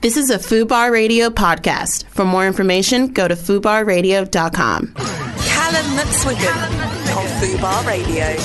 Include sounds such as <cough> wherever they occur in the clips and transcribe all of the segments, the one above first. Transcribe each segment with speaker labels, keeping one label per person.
Speaker 1: This is a FUBAR Radio podcast. For more information, go to FUBARradio.com.
Speaker 2: Callum McSwiggan on Fubar Radio.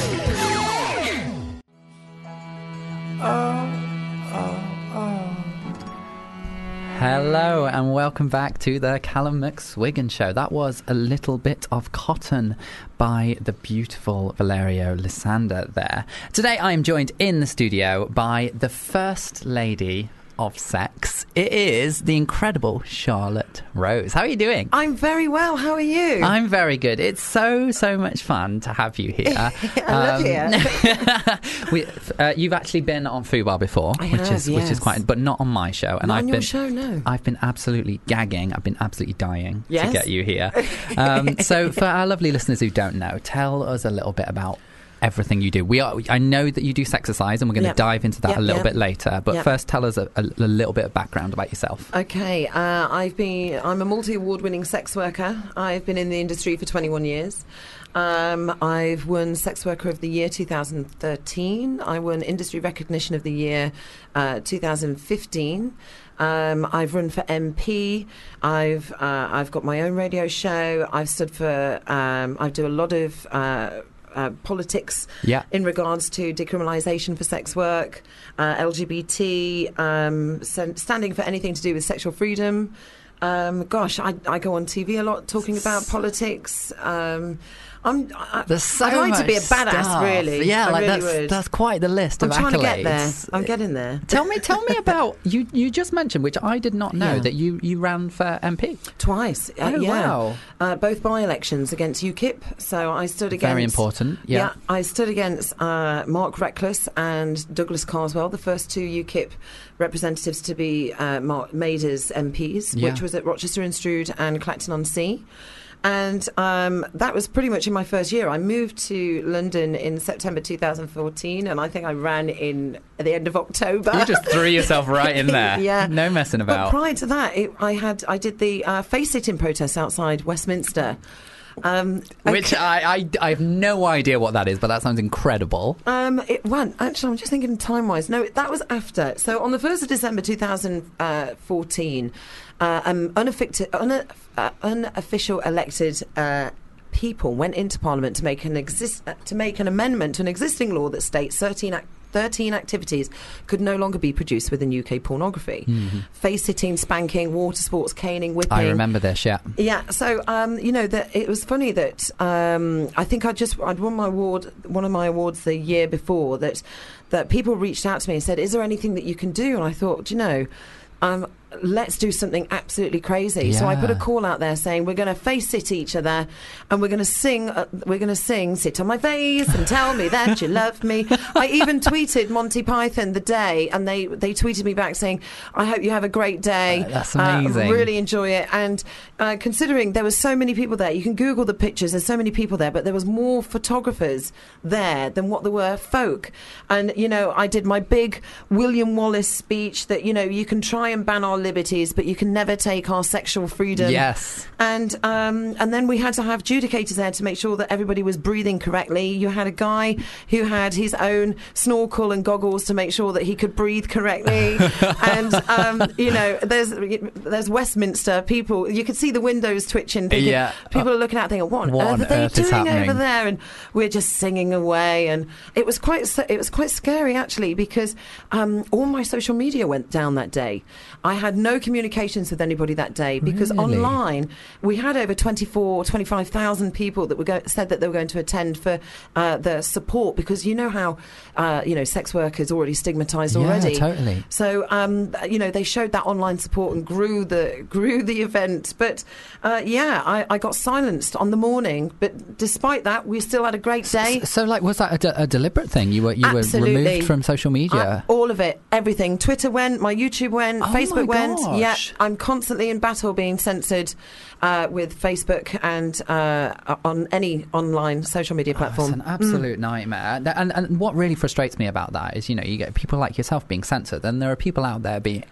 Speaker 3: Hello and welcome back to the Callum McSwiggan Show. That was a little bit of cotton by the beautiful Valerio Lysander there. Today I am joined in the studio by the First Lady of Sex. It is the incredible Charlotte Rose. How are you doing?
Speaker 4: I'm very well. How are
Speaker 3: <laughs>
Speaker 4: you?
Speaker 3: I'm very good. It's so so much fun to have you here.
Speaker 4: <laughs> I love you.
Speaker 3: <laughs>
Speaker 4: <laughs>
Speaker 3: we, uh, you've actually been on Fubar before, which
Speaker 4: have,
Speaker 3: is which is
Speaker 4: yes.
Speaker 3: quite, but not on my show. And
Speaker 4: Not
Speaker 3: I've
Speaker 4: on your
Speaker 3: been
Speaker 4: show, no.
Speaker 3: I've been absolutely gagging. I've been absolutely dying to
Speaker 4: Yes.
Speaker 3: get you here. Um,
Speaker 4: <laughs>
Speaker 3: so, for our lovely listeners who don't know, tell us a little bit about everything you do. We are. I know that you do sexercise, and we're going to
Speaker 4: Yep.
Speaker 3: dive into that
Speaker 4: Yep,
Speaker 3: a little
Speaker 4: yep.
Speaker 3: bit later. But
Speaker 4: Yep.
Speaker 3: first, tell us a, a, a little bit of background about yourself.
Speaker 4: Okay, uh, I've been. I'm a multi-award-winning sex worker. I've been in the industry for 21 years. Um, I've won Sex Worker of the Year 2013. I won Industry Recognition of the Year uh, 2015. Um, I've run for MP. I've uh, I've got my own radio show. I've stood for. Um, I do a lot of. Uh, uh, politics
Speaker 3: Yeah.
Speaker 4: in regards to decriminalisation for sex work, uh, LGBT, um, sen- standing for anything to do with sexual freedom. Um, gosh, I, I go on TV a lot talking about politics. Um, I'm, I,
Speaker 3: There's so
Speaker 4: I'd like
Speaker 3: much
Speaker 4: to be a badass,
Speaker 3: stuff.
Speaker 4: really.
Speaker 3: Yeah,
Speaker 4: I
Speaker 3: like
Speaker 4: really
Speaker 3: that's
Speaker 4: would.
Speaker 3: that's quite the list
Speaker 4: I'm
Speaker 3: of
Speaker 4: trying
Speaker 3: accolades.
Speaker 4: to get there. I'm getting there.
Speaker 3: <laughs> Tell me, tell me about you. You just mentioned, which I did not know,
Speaker 4: Yeah.
Speaker 3: that you you ran for MP.
Speaker 4: Twice. uh,
Speaker 3: Oh,
Speaker 4: yeah.
Speaker 3: wow.
Speaker 4: Uh, both by elections against UKIP. So I stood against.
Speaker 3: Very important, yeah.
Speaker 4: I stood against uh, Mark Reckless and Douglas Carswell, the first two UKIP representatives to be uh, mar- made as MPs,
Speaker 3: Yeah.
Speaker 4: which was at Rochester and Strood and Clacton on Sea. And um, that was pretty much in my first year. I moved to London in September 2014, and I think I ran in at the end of October.
Speaker 3: You just threw yourself right in there.
Speaker 4: <laughs> Yeah.
Speaker 3: no messing
Speaker 4: But
Speaker 3: about.
Speaker 4: prior to that, it, I had I did the uh, face sitting protest outside Westminster. Um,
Speaker 3: Which I, I, I have no idea what that is, but that sounds incredible.
Speaker 4: Um, it went. Actually, I'm just thinking time wise. No, that was after. So on the 1st of December 2014, uh, um, unaffected, un, uh, unofficial elected. Uh, People went into Parliament to make an exist uh, to make an amendment to an existing law that states 13, ac- 13 activities could no longer be produced within UK pornography: face hitting, spanking, water sports, caning, whipping.
Speaker 3: I remember this, yeah.
Speaker 4: Yeah, so um, you know that it was funny that um, I think I just I'd won my award, one of my awards the year before that that people reached out to me and said, "Is there anything that you can do?" And I thought, "Do you know. Um, let's do something absolutely crazy. So I put a
Speaker 3: Yeah.
Speaker 4: call out there saying we're going to face it each other, and we're going to sing. Uh, we're going to sing. Sit on my face and tell me that you love me. I even tweeted Monty Python the day, and they they tweeted me back saying, "I hope you have a great day.
Speaker 3: Uh, that's
Speaker 4: Uh,
Speaker 3: amazing.
Speaker 4: really enjoy it. And uh, considering there was so many people there, you can Google the pictures. There's so many people there, but there was more photographers there than what there were folk. And you know, I did my big William Wallace speech that you know you can try and ban our liberties, but you can never take our sexual freedom.
Speaker 3: Yes.
Speaker 4: And um, and then we had to have judicators there to make sure that everybody was breathing correctly. You had a guy who had his own snorkel and goggles to make sure that he could
Speaker 3: <laughs>
Speaker 4: breathe correctly. and um, you know, there's there's Westminster people. You could see the windows twitching. Thinking,
Speaker 3: Yeah.
Speaker 4: People are looking out, thinking, "What on
Speaker 3: What
Speaker 4: earth
Speaker 3: on
Speaker 4: are they
Speaker 3: earth is
Speaker 4: doing
Speaker 3: happening?
Speaker 4: over there?" And we're just singing away. And it was quite s- it was quite scary actually because um, all my social media went down that day. I had no communications with anybody that day because
Speaker 3: Really?
Speaker 4: online online, we had over 24, 25,000 people that were go- said that they were going to attend for uh, the support because you know how, uh, you know, sex workers already stigmatized
Speaker 3: Yeah,
Speaker 4: already.
Speaker 3: totally.
Speaker 4: So, um, th- you know, they showed that online support and grew the <laughs> grew the event. But uh, yeah, I, I got silenced on the morning. But despite that, we still had a great day.
Speaker 3: So, like, was that a, de- a deliberate thing? You were you
Speaker 4: Absolutely.
Speaker 3: were removed from social media.
Speaker 4: I- Uh, all of it, everything. Twitter went, my YouTube went,
Speaker 3: Oh
Speaker 4: Facebook
Speaker 3: my
Speaker 4: went. Yeah,
Speaker 3: gosh.
Speaker 4: I'm constantly in battle being censored uh, with Facebook and uh, on any online social media
Speaker 3: it's
Speaker 4: platform.
Speaker 3: Oh, an absolute nightmare. Th- And, and what really frustrates me about that is, you know, you get people like yourself being censored, and there are people out there being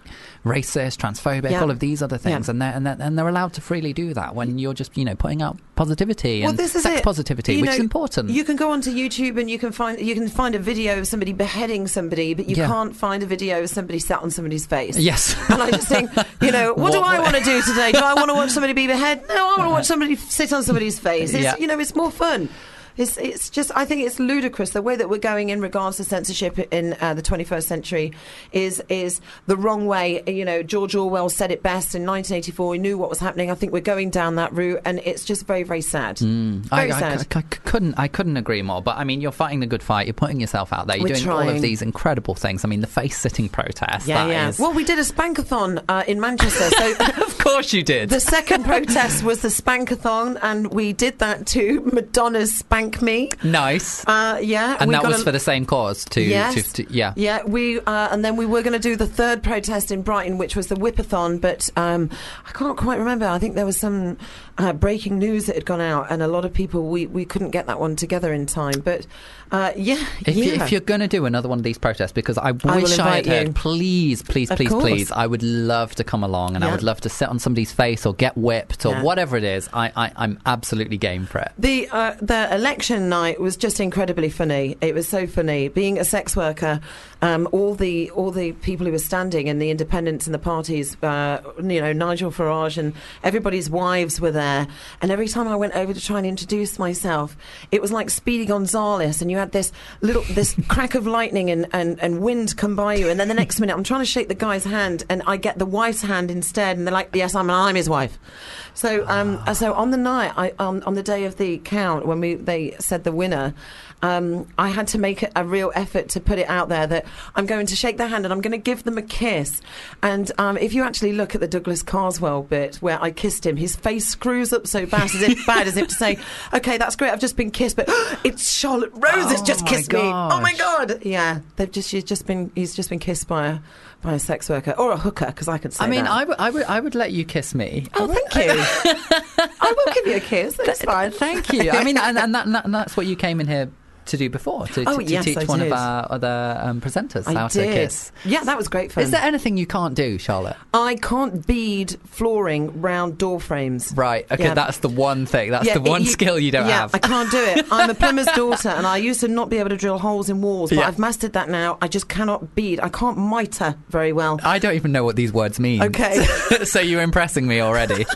Speaker 3: racist, transphobic,
Speaker 4: Yeah.
Speaker 3: all of these other things,
Speaker 4: Yeah.
Speaker 3: and, they're, and, they're, and they're allowed to freely do that when you're just, you know, putting out positivity and
Speaker 4: this is
Speaker 3: sex
Speaker 4: it.
Speaker 3: positivity,
Speaker 4: You
Speaker 3: which
Speaker 4: know,
Speaker 3: is important.
Speaker 4: You can go onto YouTube and you can find you can find a video of somebody beheading somebody, but you
Speaker 3: Yeah.
Speaker 4: can't find a video of somebody sat on somebody's face.
Speaker 3: Yes.
Speaker 4: and I just think, you know, what, do
Speaker 3: What-
Speaker 4: I want to do today? Do I want to watch somebody be beheaded? <laughs> No, I want to watch somebody sit on somebody's face. It's,
Speaker 3: Yeah.
Speaker 4: You know, it's more fun. It's, it's just I think it's ludicrous the way that we're going in regards to censorship in uh, the 21st century is is the wrong way you know George Orwell said it best in 1984 he knew what was happening I think we're going down that route and it's just very very sad
Speaker 3: I,
Speaker 4: very
Speaker 3: <laughs> I
Speaker 4: sad
Speaker 3: c- c- c- couldn't. I couldn't agree more. But I mean, you're fighting the good fight. You're putting yourself out there. You're
Speaker 4: We're
Speaker 3: doing all of
Speaker 4: trying.
Speaker 3: these incredible things. I mean, the face sitting protest.
Speaker 4: Yeah,
Speaker 3: that
Speaker 4: yeah.
Speaker 3: is-
Speaker 4: Well, we did a spankathon uh, in Manchester. <laughs> So
Speaker 3: <laughs> of course you did.
Speaker 4: the second protest was the spankathon, and we did that to Madonna's Spank Me.
Speaker 3: nice.
Speaker 4: Uh, yeah,
Speaker 3: and
Speaker 4: we
Speaker 3: that
Speaker 4: got
Speaker 3: was
Speaker 4: a-
Speaker 3: for the same cause. To,
Speaker 4: Yes.
Speaker 3: to, to yeah.
Speaker 4: Yeah, we uh, and then we were going to do the third protest in Brighton, which was the Whipathon, but um, I can't quite remember. I think there was some uh, breaking news that had gone out, and a lot of people we, we couldn't get that one together in time. But uh, yeah,
Speaker 3: If,
Speaker 4: yeah.
Speaker 3: you, if you're going to do another one of these protests, because I
Speaker 4: will
Speaker 3: wish I, had
Speaker 4: invite you.
Speaker 3: heard, please, please,
Speaker 4: Of
Speaker 3: please,
Speaker 4: course.
Speaker 3: please, I would love to come along and I
Speaker 4: Yeah.
Speaker 3: would love to sit on somebody's face or get whipped or
Speaker 4: Yeah.
Speaker 3: whatever it is. I, I, I'm absolutely game for it.
Speaker 4: The uh, the election night was just incredibly funny. It was so funny. Being a sex worker, um, all the all the people who were standing and the independents and the parties, uh, you know, Nigel Farage and everybody's wives were there. And every time I went over to try and introduce myself, it was like Speedy Gonzales, and you had this little this <laughs> crack of lightning and, and, and wind come by you, and then the next minute I'm trying to shake the guy's hand, and I get the wife's hand instead, and they're like, "Yes, I'm I'm his wife." So, um,
Speaker 3: Ah.
Speaker 4: so on the night, I, on, on the day of the count, when we they said the winner, um, I had to make a, a real effort to put it out there that I'm going to shake their hand and I'm going to give them a kiss. And um, if you actually look at the Douglas Carswell bit where I kissed him, his face screws up so bad
Speaker 3: <laughs>
Speaker 4: as if, bad as if to say, "Okay, that's great, I've just been kissed," but <gasps> it's Charlotte Rose has
Speaker 3: Oh
Speaker 4: just
Speaker 3: my
Speaker 4: kissed me. Oh my
Speaker 3: gosh.
Speaker 4: god! Yeah, they've just she's just been he's just been kissed by a by a sex worker or a hooker because I can say
Speaker 3: I mean,
Speaker 4: that.
Speaker 3: I would- I would- I would let you kiss me.
Speaker 4: Oh, thank you.
Speaker 3: <laughs>
Speaker 4: I will give you a kiss. That's fine.
Speaker 3: Thank you. I mean, and, and, that, and that's what you came in here to do before to, to,
Speaker 4: Oh,
Speaker 3: to
Speaker 4: yes,
Speaker 3: teach
Speaker 4: I
Speaker 3: one of
Speaker 4: did.
Speaker 3: our other um, presenters how
Speaker 4: <laughs> I
Speaker 3: to
Speaker 4: did.
Speaker 3: kiss.
Speaker 4: Yeah, that was great fun.
Speaker 3: Is there anything you can't do, Charlotte?
Speaker 4: I can't bead flooring round door frames.
Speaker 3: Right. Okay,
Speaker 4: Yeah.
Speaker 3: that's the one thing. That's
Speaker 4: Yeah,
Speaker 3: the one
Speaker 4: it-
Speaker 3: skill you don't
Speaker 4: yeah,
Speaker 3: have.
Speaker 4: I can't do it. I'm
Speaker 3: <laughs>
Speaker 4: a plumber's daughter, and I used to not be able to drill holes in walls, but
Speaker 3: Yeah.
Speaker 4: I've mastered that now. I just cannot bead. I can't mitre very well.
Speaker 3: I don't even know what these words mean.
Speaker 4: Okay.
Speaker 3: <laughs> so you're impressing me already.
Speaker 4: <laughs>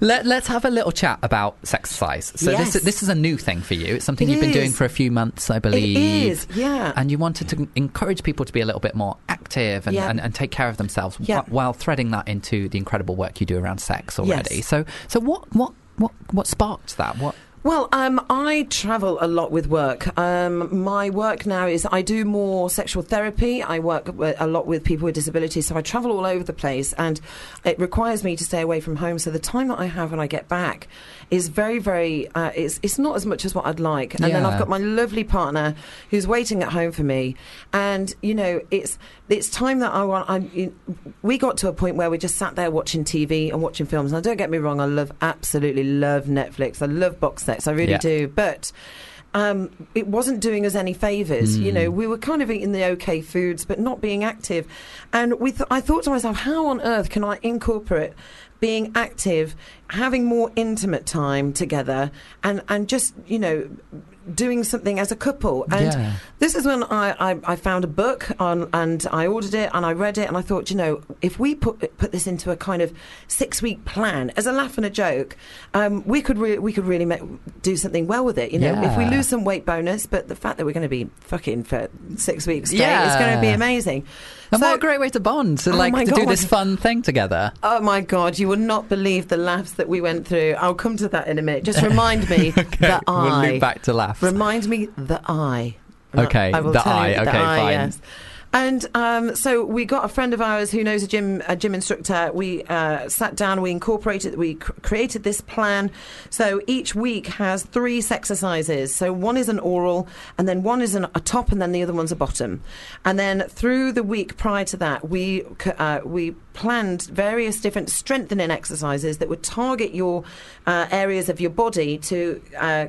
Speaker 3: Let, let's have a little chat about sexercise. So this
Speaker 4: Yes.
Speaker 3: this is a new thing for you. It's something
Speaker 4: It
Speaker 3: you've been doing
Speaker 4: is.
Speaker 3: for a few months, I believe.
Speaker 4: is, yeah.
Speaker 3: And you wanted to encourage people to be a little bit more active and,
Speaker 4: Yeah.
Speaker 3: and, and take care of themselves wh-
Speaker 4: Yeah.
Speaker 3: while threading that into the incredible work you do around sex already.
Speaker 4: Yes.
Speaker 3: So so what what what what sparked that? What
Speaker 4: Well, um, I travel a lot with work. Um, my work now is I do more sexual therapy. I work w- a lot with people with disabilities, so I travel all over the place, and it requires me to stay away from home. So the time that I have when I get back is very, very. Uh, it's it's not as much as what I'd like. And then
Speaker 3: Yeah.
Speaker 4: I've got my lovely partner who's waiting at home for me, and you know it's it's time that I want. I you- we got to a point where we just sat there watching TV and watching films. Now, don't get me wrong, I love absolutely love Netflix. I love box sets. I really
Speaker 3: Yeah.
Speaker 4: do, but. Um, it wasn't doing us any favors, you know. We were kind of eating the okay foods, but not being active. And we, th- I thought to myself, how on earth can I incorporate being active, having more intimate time together, and and just you know, doing something as a couple? And
Speaker 3: Yeah.
Speaker 4: this is when I, I, I found a book on, and I ordered it and I read it and I thought, "Do you know, if we put put this into a kind of six week plan as a laugh and a joke, um, we could re- we could really make, do something well with it. You know, if we
Speaker 3: Yeah.
Speaker 4: lose some weight bonus, but the fact that we're going to be fucking for six weeks straight is
Speaker 3: Yeah.
Speaker 4: going to be amazing.
Speaker 3: and
Speaker 4: So-
Speaker 3: what a great way to bond to
Speaker 4: Oh
Speaker 3: like
Speaker 4: my
Speaker 3: to do
Speaker 4: God.
Speaker 3: this fun thing together.
Speaker 4: Oh my God, you will not believe the laughs that we went through. I'll come to that in a minute. Just
Speaker 3: <laughs>
Speaker 4: remind me <laughs> that
Speaker 3: we'll
Speaker 4: I.
Speaker 3: loop back to laughs.
Speaker 4: Remind me the I.
Speaker 3: Okay,
Speaker 4: I will
Speaker 3: the
Speaker 4: tell you
Speaker 3: I,
Speaker 4: the
Speaker 3: okay,
Speaker 4: I,
Speaker 3: fine.
Speaker 4: Yes. And um, so we got a friend of ours who knows a gym a gym instructor. We uh, sat down, we incorporated, we cr- created this plan. So each week has three exercises. So one is an oral, and then one is an, a top, and then the other one's a bottom. And then through the week prior to that, we c- uh, we planned various different strengthening exercises that would target your uh, areas of your body to. Uh,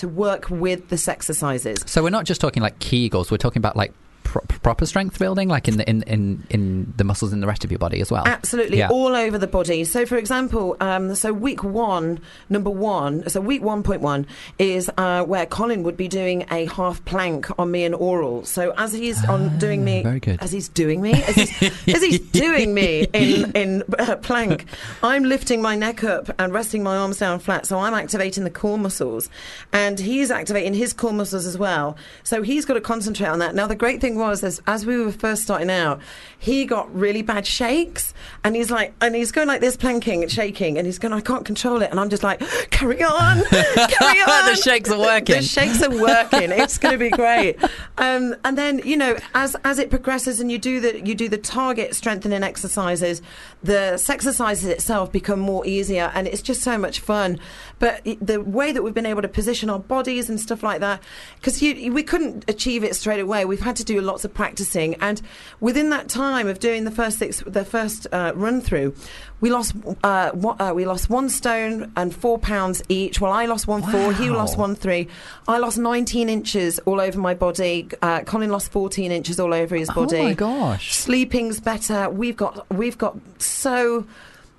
Speaker 4: to work with the exercises.
Speaker 3: So we're not just talking like Kegels, we're talking about like pro- proper strength building, like in the in, in in the muscles in the rest of your body as well?
Speaker 4: Absolutely,
Speaker 3: Yeah.
Speaker 4: all over the body. So, for example, um, so week one, number one, so week 1.1 is uh, where Colin would be doing a half plank on me and oral. So, as he's on doing me,
Speaker 3: Ah, very good.
Speaker 4: as he's doing me, as he's, as
Speaker 3: <laughs>
Speaker 4: he's doing me in, in uh, plank, I'm lifting my neck up and resting my arms down flat. So, I'm activating the core muscles, and he's activating his core muscles as well. So, he's got to concentrate on that. Now, the great thing was, is as we were first starting out, he got really bad shakes and he's like and he's going like this planking and shaking and he's going i can't control it and i'm just like carry on
Speaker 3: <laughs>
Speaker 4: carry on
Speaker 3: The shakes are working.
Speaker 4: <laughs> the shakes are working it's going to be great um, and then you know as as it progresses and you do the you do the target strengthening exercises the exercises itself become more easier and it's just so much fun but i- the way that we've been able to position our bodies and stuff like that because you we couldn't achieve it straight away we've had to do lots of practicing and within that time of doing the first six the first uh, run through we lost uh, what, uh, we lost one stone and four pounds each well I lost one four he
Speaker 3: Wow.
Speaker 4: lost one three I lost 19 inches all over my body uh, Colin lost 14 inches all over his body
Speaker 3: Oh my gosh!
Speaker 4: sleeping's better we've got we've got so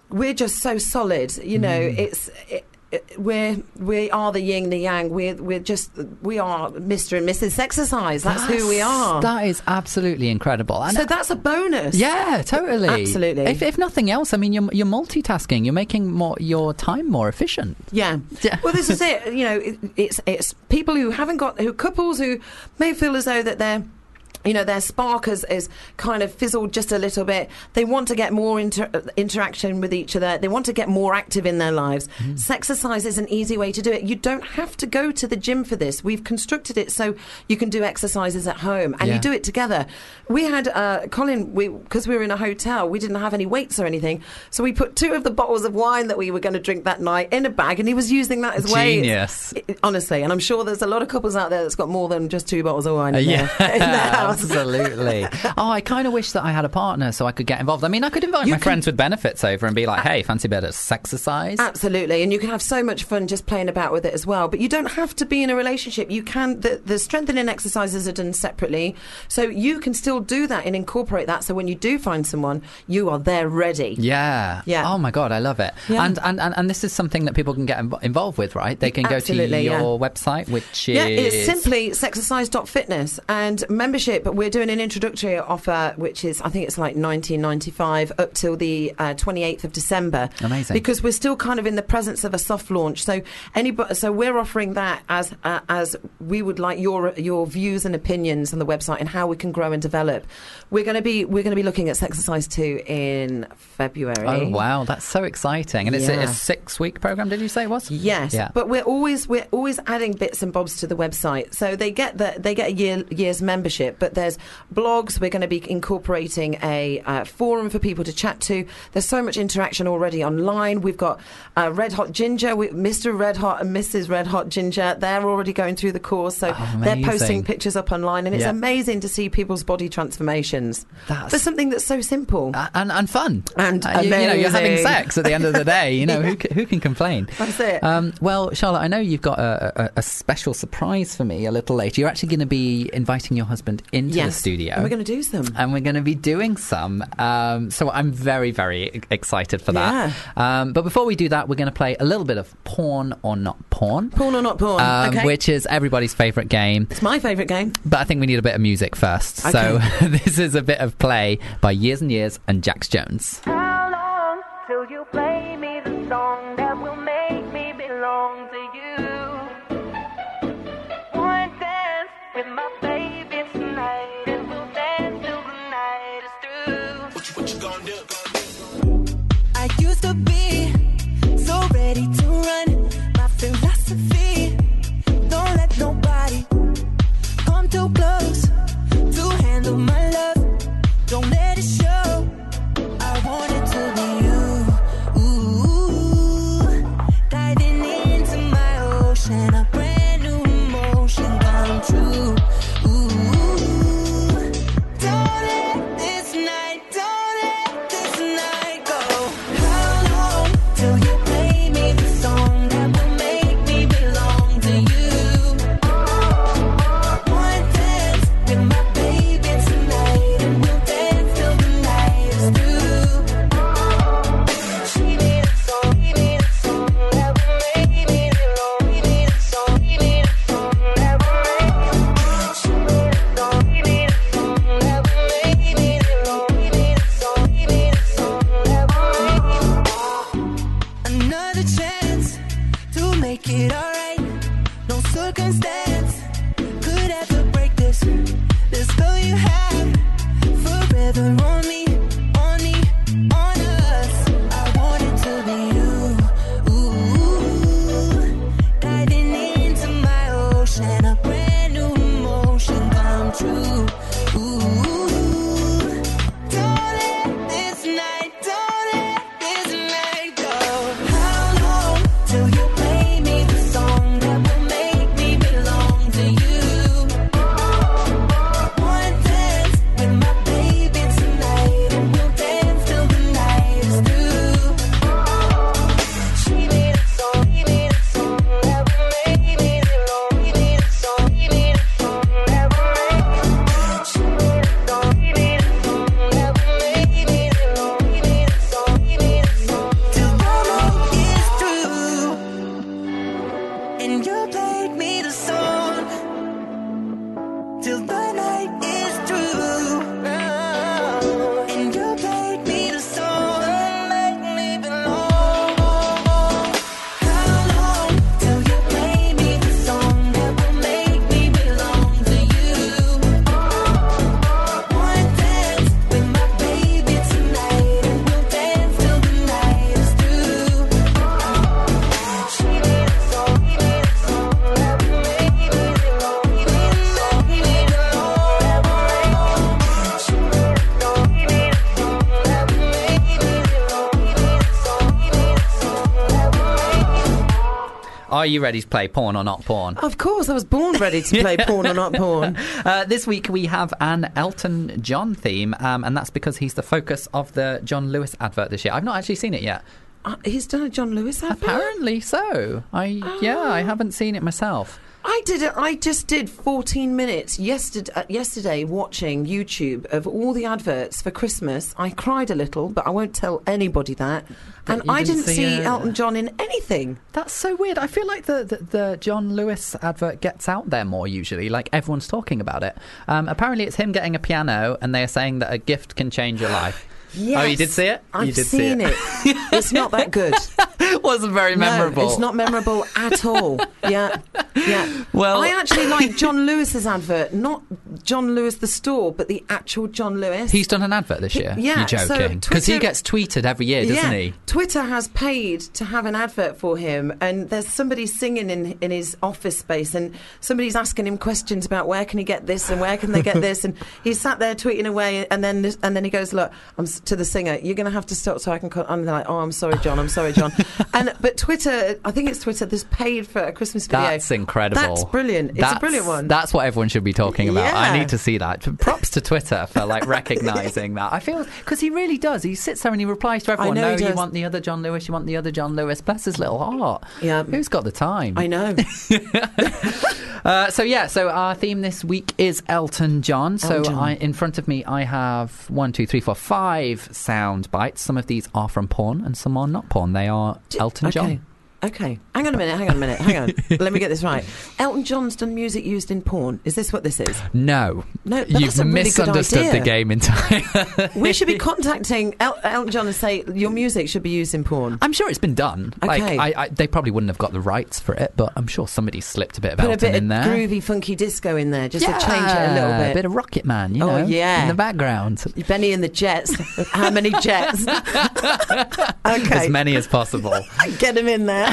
Speaker 4: we're just so solid you know
Speaker 3: Mm.
Speaker 4: it's it, it- we're we are the yin the yang we're we're just we are mr and mrs exercise that's who we are
Speaker 3: That is absolutely incredible. And
Speaker 4: so that's a bonus
Speaker 3: Yeah, totally.
Speaker 4: Absolutely.
Speaker 3: If, if nothing else, I mean, you're, you're multitasking. You're making more your time more efficient.
Speaker 4: Yeah.
Speaker 3: Yeah.
Speaker 4: Well, this is it. You know, it, it's it's people who haven't got who couples who may feel as though that they're. You know, their spark has, is kind of fizzled just a little bit. They want to get more inter- interaction with each other. They want to get more active in their lives.
Speaker 3: Mm-hmm.
Speaker 4: Sexercise is an easy way to do it. You don't have to go to the gym for this. We've constructed it so you can do exercises at home and
Speaker 3: Yeah.
Speaker 4: you do it together. We had, uh, Colin, because we, were in a hotel, we didn't have any weights or anything. So we put two of the bottles of wine that we were going to drink that night in a bag and he was using that as weights.
Speaker 3: Genius.
Speaker 4: It- honestly, and I'm sure there's a lot of couples out there that's got more than just two bottles of wine
Speaker 3: Uh,
Speaker 4: in,
Speaker 3: yeah,
Speaker 4: their, <laughs>
Speaker 3: <laughs>
Speaker 4: in their house.
Speaker 3: absolutely. Oh, I kind of wish that I had a partner so I could get involved. I mean, I could invite my
Speaker 4: can-
Speaker 3: friends with benefits over and be like, "Hey, fancy a bit of sexercise?"
Speaker 4: Absolutely, and you can have so much fun just playing about with it as well. But you don't have to be in a relationship. You can the, the strengthening exercises are done separately, so you can still do that and incorporate that. So when you do find someone, you are there ready.
Speaker 3: Yeah.
Speaker 4: Yeah.
Speaker 3: Oh my god, I love it.
Speaker 4: Yeah.
Speaker 3: And, and and and this is something that people can get inv- involved with, right? They can go to
Speaker 4: Absolutely,
Speaker 3: your
Speaker 4: yeah.
Speaker 3: website, which is
Speaker 4: Yeah, it's simply sexercise.fitness and membership. But we're doing an introductory offer, which is I think it's like 19.95 up till the uh, 28th of December.
Speaker 3: Amazing.
Speaker 4: Because we're still kind of in the presence of a soft launch. So anybody, so we're offering that as uh, as we would like your your views and opinions on the website and how we can grow and develop. We're going to be we're going to be looking at sexercise too in February.
Speaker 3: Oh wow, that's so exciting! And it's a,
Speaker 4: Yeah.
Speaker 3: a six-week program. Did you say it was?
Speaker 4: Yes,
Speaker 3: Yeah.
Speaker 4: but we're always we're always adding bits and bobs to the website. So they get the they get a year year's membership, but there's blogs. We're going to be incorporating a uh, forum for people to chat to. There's so much interaction already online. We've got uh, Red Hot Ginger, we, Mr. Red Hot and Mrs. Red Hot Ginger. They're already going through the course, so
Speaker 3: Oh,
Speaker 4: they're
Speaker 3: amazing.
Speaker 4: posting pictures up online, and it's
Speaker 3: Yeah.
Speaker 4: amazing to see people's body transformations
Speaker 3: That's-
Speaker 4: for something that's so simple.
Speaker 3: A- and and fun Uh,
Speaker 4: And
Speaker 3: you, you know you're having
Speaker 4: amazing.
Speaker 3: sex at the end of the day
Speaker 4: <laughs>
Speaker 3: you know who, c- who can complain
Speaker 4: That's it.
Speaker 3: um, well Charlotte I know you've got a, a, a special surprise for me a little later you're actually going to be inviting your husband into the studio
Speaker 4: and we're going to do some.
Speaker 3: and we're going to be doing some. Um, so I'm very, very e- excited for that. Um, but before we do that, we're going to play a little bit of Porn or Not Porn.
Speaker 4: Porn or not porn?
Speaker 3: Um,
Speaker 4: okay.
Speaker 3: Which is everybody's favourite game.
Speaker 4: it's my favourite game.
Speaker 3: But I think we need a bit of music first. So <laughs> this is a bit of play by Years and Years and Jax Jones.
Speaker 5: How long till you play me the song that will make me belong to you? One dance with my baby tonight, and we'll dance till the night is through.
Speaker 2: I used to be so ready to run. My philosophy don't let nobody come too close to handle my love. Don't let it show. I want it to be you. Ooh.
Speaker 3: Are you ready to play porn or not porn?
Speaker 4: Of course, I was born ready
Speaker 3: <laughs>
Speaker 4: to play porn or not porn.
Speaker 3: Uh, this week we have an Elton John theme, um, and that's because he's the focus of the John Lewis advert this year. I've not actually seen it yet.
Speaker 4: Uh, he's done a John Lewis advert.
Speaker 3: Apparently so. I yeah, I haven't seen it myself.
Speaker 4: I did it. I just did 14 minutes yesterday, uh, yesterday watching YouTube of all the adverts for Christmas. I cried a little, but I won't tell anybody that.
Speaker 3: That
Speaker 4: and
Speaker 3: you
Speaker 4: I
Speaker 3: didn't
Speaker 4: didn't,
Speaker 3: see
Speaker 4: see,
Speaker 3: a-
Speaker 4: Elton John in anything.
Speaker 3: That's so weird. I feel like the, the, the John Lewis advert gets out there more usually. Like everyone's talking about it. Um, apparently, it's him getting a piano, and they are saying that a gift can change your
Speaker 4: <gasps>
Speaker 3: life. Oh, you did see it?
Speaker 4: I've
Speaker 3: you did
Speaker 4: seen
Speaker 3: see
Speaker 4: it. it's not that
Speaker 3: <laughs>
Speaker 4: good.
Speaker 3: it. wasn't very memorable.
Speaker 4: No, it's not memorable at all. Yeah, yeah.
Speaker 3: Well-
Speaker 4: I
Speaker 3: <laughs>
Speaker 4: actually like John Lewis's advert, not John Lewis the store, but the actual John Lewis.
Speaker 3: He's done an advert this year.
Speaker 4: yeah,
Speaker 3: You're
Speaker 4: so
Speaker 3: joking. Because he
Speaker 4: Twitter-
Speaker 3: gets tweeted every year, doesn't
Speaker 4: yeah,
Speaker 3: he?
Speaker 4: Twitter has paid to have an advert for him, and there's somebody singing in in his office space, and somebody's asking him questions about where can he get this and where can they get this, and he's sat there tweeting away, and then this- and then he goes, look, I'm s- to the singer, you're going to have to stop so I can. Call. And they're like, oh, I'm sorry, John, I'm
Speaker 3: <laughs>
Speaker 4: sorry, John, and but Twitter, I think it's Twitter that's paid for a Christmas video.
Speaker 3: That's incredible.
Speaker 4: That's brilliant. It's a brilliant one.
Speaker 3: That's what everyone should be talking about. I
Speaker 4: Yeah.
Speaker 3: need to see that. Props to Twitter for
Speaker 4: <laughs>
Speaker 3: like recognizing that. I feel because he really does. He sits there and he replies to everyone.
Speaker 4: know
Speaker 3: no,
Speaker 4: he
Speaker 3: you
Speaker 4: does.
Speaker 3: want the other John Lewis. You want the other John Lewis. Bless his little heart.
Speaker 4: Yeah.
Speaker 3: Who's got the time?
Speaker 4: I know.
Speaker 3: Uh, so yeah, so our theme this week is Elton John. So
Speaker 4: Elton.
Speaker 3: I, in front of me, I have one, two, three, four, five sound bites. Some of these are from porn, and some are not porn. They are Elton
Speaker 4: Okay.
Speaker 3: John.
Speaker 4: Okay. Hang on a minute. Hang on a minute. Hang on. Let me get
Speaker 3: <laughs>
Speaker 4: this right. Elton John's done music used in porn. Is this what this is?
Speaker 3: No,
Speaker 4: No, but
Speaker 3: you've
Speaker 4: that's a really good
Speaker 3: misunderstood the
Speaker 4: idea.
Speaker 3: game entirely.
Speaker 4: We should be contacting El- Elton John and say your music should be used in porn.
Speaker 3: I'm sure it's been done.
Speaker 4: Okay.
Speaker 3: Like, I, I, they probably wouldn't have got the rights for it, but I'm sure somebody slipped a bit of
Speaker 4: Put a
Speaker 3: Elton
Speaker 4: bit of
Speaker 3: in there.
Speaker 4: groovy, funky disco in there just to change it a little
Speaker 3: Yeah,
Speaker 4: bit.
Speaker 3: A bit of Rocket Man, you
Speaker 4: Oh,
Speaker 3: know,
Speaker 4: yeah.
Speaker 3: in the background.
Speaker 4: Benny and the <laughs> Jets. How many <laughs> Jets? okay.
Speaker 3: As many as possible.
Speaker 4: <laughs> Get him in there.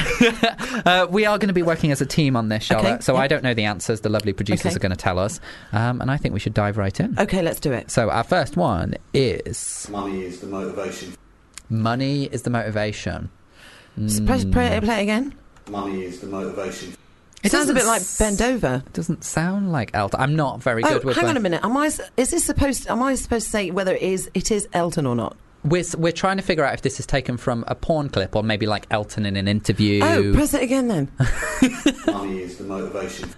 Speaker 3: uh, we are going to be working as a team on this, Charlotte.
Speaker 4: Okay,
Speaker 3: So
Speaker 4: yeah.
Speaker 3: I don't know the answers. The lovely producers
Speaker 4: Okay.
Speaker 3: are going to tell us. Um, and I think we should dive right in.
Speaker 4: Okay, let's do it.
Speaker 3: So our first one is
Speaker 6: Money is the motivation.
Speaker 3: money is the motivation.
Speaker 4: So Press, play, play it again.
Speaker 6: Money is the motivation.
Speaker 4: It sounds
Speaker 3: doesn't
Speaker 4: a bit like
Speaker 3: s-
Speaker 4: bend over.
Speaker 3: Doesn't sound like Elton. I'm not very
Speaker 4: Oh,
Speaker 3: good with
Speaker 4: hang
Speaker 3: the-
Speaker 4: on a minute. Am I? s- Is this supposed? Am I supposed to say whether it is it is Elton or not?
Speaker 3: We're, s- we're trying to figure out if this is taken from a porn clip or maybe like Elton in an interview.
Speaker 4: Oh, press it again <laughs> then.
Speaker 6: Money is the motivation.